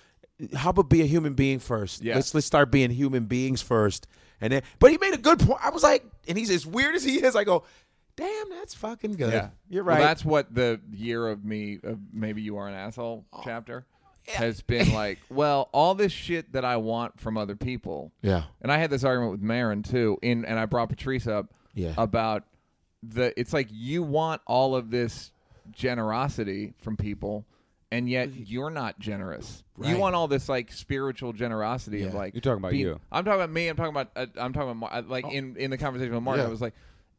S3: "How about be a human being first?
S1: Yeah.
S3: Let's let's start being human beings first. And then, but he made a good point. I was like, and he's as weird as he is. I go, damn, that's fucking good. You're
S1: Well,
S3: right.
S1: that's what the year of me, of maybe you are an asshole
S3: Oh,
S1: chapter, has
S3: <laughs>
S1: been like. Well, all this shit that I want from other people.
S3: yeah.
S1: And I had this argument with Marin too, in and I brought Patrice up
S3: Yeah.
S1: about the it's like you want all of this generosity from people and yet you're not generous.
S3: Right.
S1: You want all this like spiritual generosity of
S3: Yeah.
S1: like
S2: You're talking about
S1: being-
S2: you.
S1: I'm talking about me, I'm talking about uh, I'm talking about Mar- uh, like in in the conversation with Mark
S3: Oh. Yeah.
S1: I was like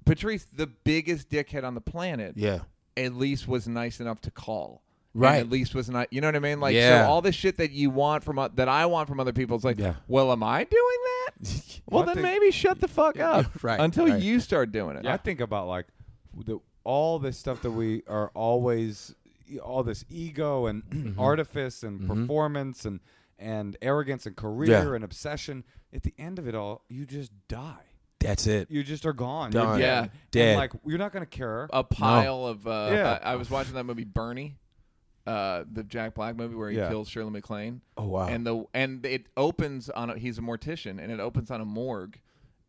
S1: Patrice the biggest dickhead on the planet
S3: Yeah.
S1: at least was nice enough to call. And
S3: Right.
S1: at least was not. You know what I mean? Like
S3: Yeah.
S1: so, all the shit that you want from o- that I want from other people is like,
S3: Yeah.
S1: well, am I doing that?
S3: <laughs>
S1: well, then maybe shut the fuck up
S3: Right,
S1: until
S3: right.
S1: you start doing it.
S2: I think about like the, all this stuff that we are always e, all this ego and <clears throat>
S3: Mm-hmm.
S2: artifice and performance and and arrogance and career
S3: Yeah.
S2: and obsession. At the end of it all, you just die.
S3: That's it.
S2: you just are gone.
S3: Done.
S2: You're
S1: Yeah.
S2: dead.
S3: Dead.
S2: And, like you're not gonna care.
S1: a pile of. Uh,
S2: Yeah.
S1: I, I was watching that movie Bernie, uh, the Jack Black movie where he
S2: Yeah.
S1: kills Shirley MacLaine.
S3: Oh, wow.
S1: And the and it opens on a, he's a mortician and it opens on a morgue,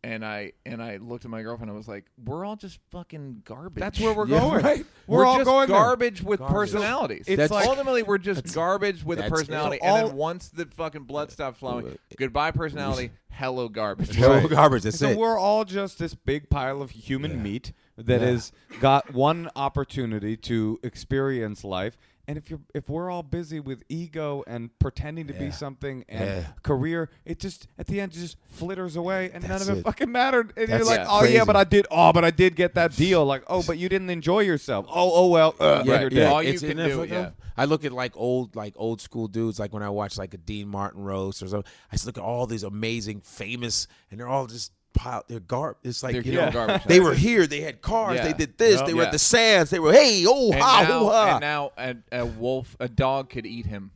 S1: and I and I looked at my girlfriend and was like, we're all just fucking garbage.
S2: That's where
S1: <laughs>
S2: we're
S3: Yeah,
S2: going.
S3: right?
S2: We're, all
S1: just
S2: going there.
S1: garbage with personalities.
S2: It's
S1: It's
S2: That's- like-
S1: ultimately we're just garbage with a
S3: that's it.
S1: personality,
S2: So
S1: and
S2: all-
S1: then once the fucking blood stops flowing, goodbye
S2: <laughs>
S1: personality, hello garbage.
S3: Hello, garbage. That's
S2: so
S3: it.
S2: we're all just this big pile of human meat that
S3: Yeah.
S2: has got one opportunity to experience life. And if you're if we're all busy with ego and pretending to be
S3: Yeah.
S2: something and
S3: Yeah.
S2: career, it just at the end just flitters away and
S3: That's
S2: none of it,
S3: it.
S2: fucking mattered. And you're
S3: That's
S2: like,
S3: it.
S2: oh yeah,
S3: Crazy.
S2: but I did. Oh, but I did get that deal. Like, oh, but you didn't enjoy yourself. Oh, oh well. Uh,
S3: yeah,
S2: you're
S3: yeah.
S2: dead.
S1: All you
S3: It's-
S1: can
S3: isn't that
S1: do,
S3: fucked
S1: yeah.
S3: up? I look at like old, like old school dudes. Like when I watch like a Dean Martin roast or something, I just look at all these amazing, famous, and they're all just piled. They're garb. It's like
S1: They're
S3: you
S1: human
S3: know,
S1: garbage.
S3: they were here. They had cars.
S1: Yeah.
S3: They did this.
S1: Yeah.
S3: They were
S1: Yeah.
S3: at the Sands. They were hey, oh
S1: And
S3: ha,
S1: now,
S3: oh ha.
S1: and now a, a wolf, a dog could eat him,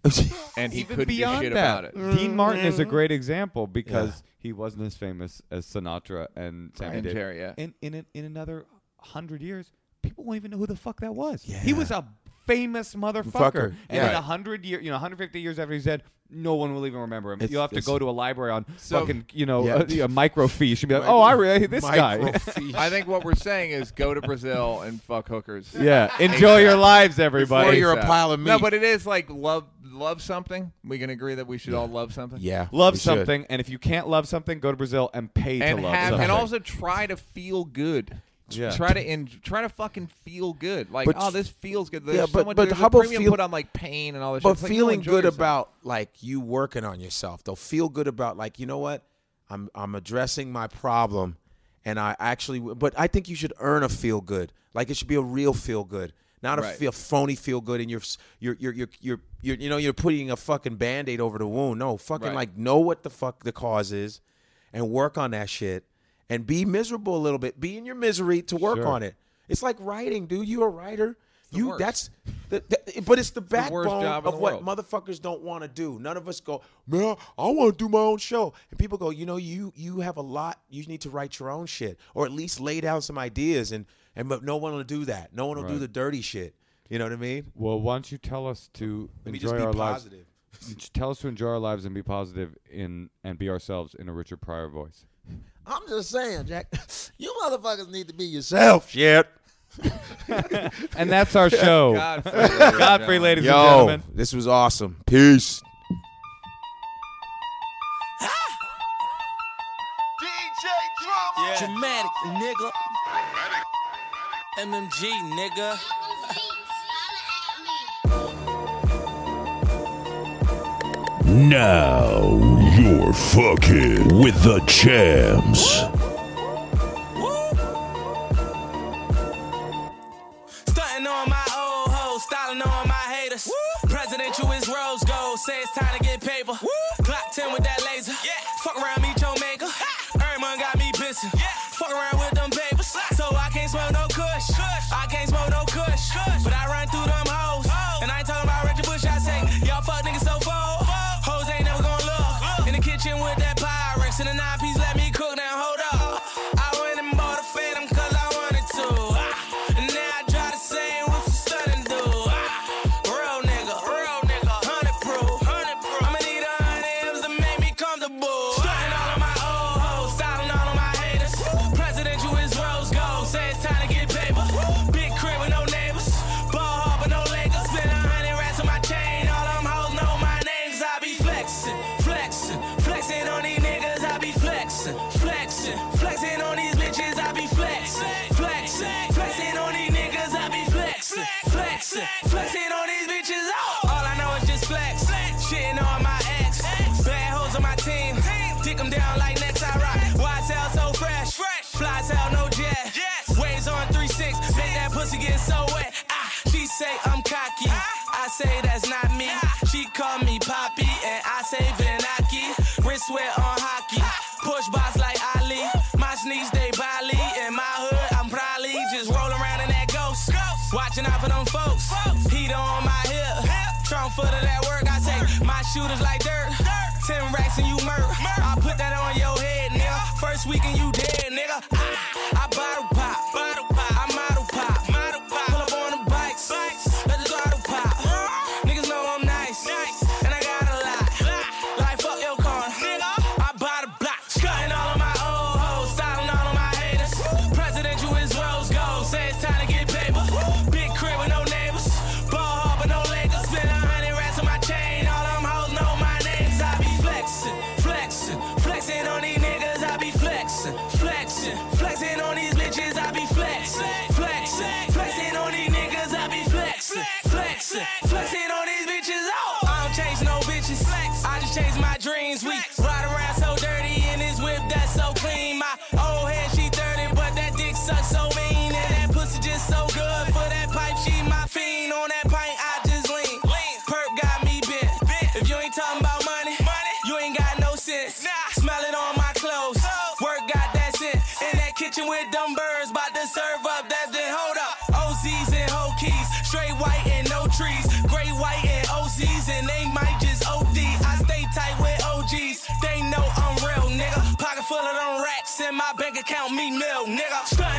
S1: and he couldn't do shit about it.
S2: Dean Martin is a
S3: Mm.
S2: great example because he wasn't as famous as Sinatra and Sammy
S1: And
S2: Davis.
S1: Jerry,
S2: <laughs>
S1: yeah.
S2: In in in another hundred years, people won't even know who the fuck that was. He was a famous motherfucker,
S3: Fucker,
S2: and in
S3: yeah.
S2: a hundred year, you know, 150 years after he's dead, no one will even remember him.
S3: It's-
S2: You'll have to
S3: it's-
S2: go to a library on
S1: So-
S2: fucking you know
S3: Yeah.
S2: a, <laughs> a microfiche and be like, oh, I really this guy.
S3: Microfiche.
S1: I think what we're saying is go to Brazil and fuck hookers.
S2: <laughs> yeah, enjoy your lives, everybody.
S3: Or you're a pile of meat.
S1: No, but it is like love, love something. We can agree that we should all love something.
S3: <laughs> yeah,
S2: love
S3: we should.
S2: something, and if you can't love something, go to Brazil and pay
S1: and
S2: to love
S1: have,
S2: something.
S1: and also try to feel good.
S2: Yeah.
S1: Try to en- try to fucking feel good. Like,
S3: But-
S1: oh, this feels good. There's
S3: Yeah,
S1: so
S3: but-
S1: much,
S3: but
S1: there's
S3: how
S1: a
S3: about
S1: premium
S3: feel-
S1: put on like pain and all this. shit.
S3: But
S1: It's like, no,
S3: feeling
S1: enjoy
S3: good
S1: yourself.
S3: about like you working on yourself, though. Feel good about like you know what? I'm I'm addressing my problem, and I actually. But I think you should earn a feel good. Like it should be a real feel good, not a
S1: Right.
S3: feel phony feel good. And you're s- you're you're you're you're, you're you know you're putting a fucking band aid over the wound. No, fucking
S1: Right.
S3: like know what the fuck the cause is, and work on that shit, and be miserable a little bit. Be in your misery to work on it. It's like writing, dude. You a writer. You
S1: worst.
S3: that's, the, the, but it's the
S1: the worst
S3: backbone
S1: job in
S3: of
S1: the
S3: what
S1: world.
S3: motherfuckers don't want to do. None of us go, man, I want to do my own show. And people go, you know, you you have a lot. You need to write your own shit, or at least lay down some ideas. And and but no one will do that. No one will do the dirty shit. You know what I mean?
S2: Well, why don't you tell us to
S3: Let me
S2: enjoy
S3: just be
S2: our
S3: positive.
S2: lives? Just Tell us to enjoy our lives and be positive in and be ourselves in a Richard Pryor voice.
S3: I'm just saying, Jack. <laughs> You motherfuckers need to be yourself. Shit.
S2: And that's
S1: <laughs>
S2: our show.
S3: <laughs>
S1: Godfrey, ladies and
S2: Godfrey,
S1: gentlemen.
S2: ladies and
S3: Yo,
S2: gentlemen.
S3: this was awesome. Peace.
S5: Dramatic, nigga. MMG, nigga.
S6: Now you're fucking with the champs.
S5: Stunting on my old hoes, styling on my haters. Presidential is rose gold, say it's time to get paper. Glock 10 with that laser. Fuck around, meet your maker. Everyone got me pissing. Fuck around with them papers. So I can't smoke no kush. I can't smoke no kush. But I run through them hoes. And I ain't talking about Reggie Bush, I say, y'all fuck niggas so full. Hoes ain't never gonna look. In the kitchen with that Pyrex and the nine piece, let me cook now, hold up. I went and bought a phantom cause I wanted to. Ah, And now I try to say what's the son and do. Ah, Real nigga, real nigga, hundred proof. I'ma need a hundred M's to make me comfortable. Starting all of my old hoes, styling all of my haters. Presidential is rose gold, say it's time to get paper. Big crib with no neighbors, ball hard but no Lakers. Spend a hundred rats on my chain, all them hoes know my names. I be flexing, flexing, flexing on these niggas. I be flexing, flexing, flexing on these bitches. I be flexing, flexing, flexing on these niggas. I be flexing, flexing, flexing on these bitches. Oh, all I know is just flex, shitting on my ex, bad hoes on my team. Dick 'em down like next I rock. Why sell so fresh? Fly sell no jet. Waves on 3-6. Make that pussy get so wet. Ah, she say I'm cocky. I say that's not me. She call me Poppy and I say Vinaki. Wrist sweat on hockey. Push box like Ali. My sneaks they Bali. In my hood, I'm probably just roll around in that ghost. Watching out for them folks. Heat on my hip. Trump foot of that work. I say my shooters like dirt. Ten racks and you murk. I put that on your head, nigga. First weekend you dead, nigga. Ah, I bottle pop. Bottle pop. I model pop. Model pop. Pull up on the bikes. bikes. Let the throttle pop. Niggas know I'm nice. nice. And I got a lot. Like fuck your car, nigga. I bought a block. Cutting all of my old hoes. Styling all of my haters. Presidential is rose gold. Say it's time to get paper. Big crib with no neighbors. Ball hard but no Lakers. Spend a hundred rats on my chain. All them hoes know my names. I be flexing, flexing, flexing on these niggas. I be flexing, flexing, flexing on these bitches. I be flexing, flexing, flexing on these niggas. I be flexing, flexing, flexing on these bitches. Oh, I don't chase no bitches. Flex. I just chase my dreams. We ride around so dirty in this whip that's so clean. My old head, she 30, but that dick sucks so mean. And that pussy just so good. For that pipe, she my fiend. On that pint, I just lean. lean. Perp got me bent. If you ain't talking about money, money, you ain't got no sense. Smell it on my clothes. Work got that scent. In that kitchen with them birds, about to serve up. That's then hold up. OZs and whole keys. Straight white and no trees. Gray white and OZs, and they might just OD. I stay tight with OGs. They know I'm real, nigga. Pocket full of them racks in my bank account, me mill, nigga. Stuntin' oh.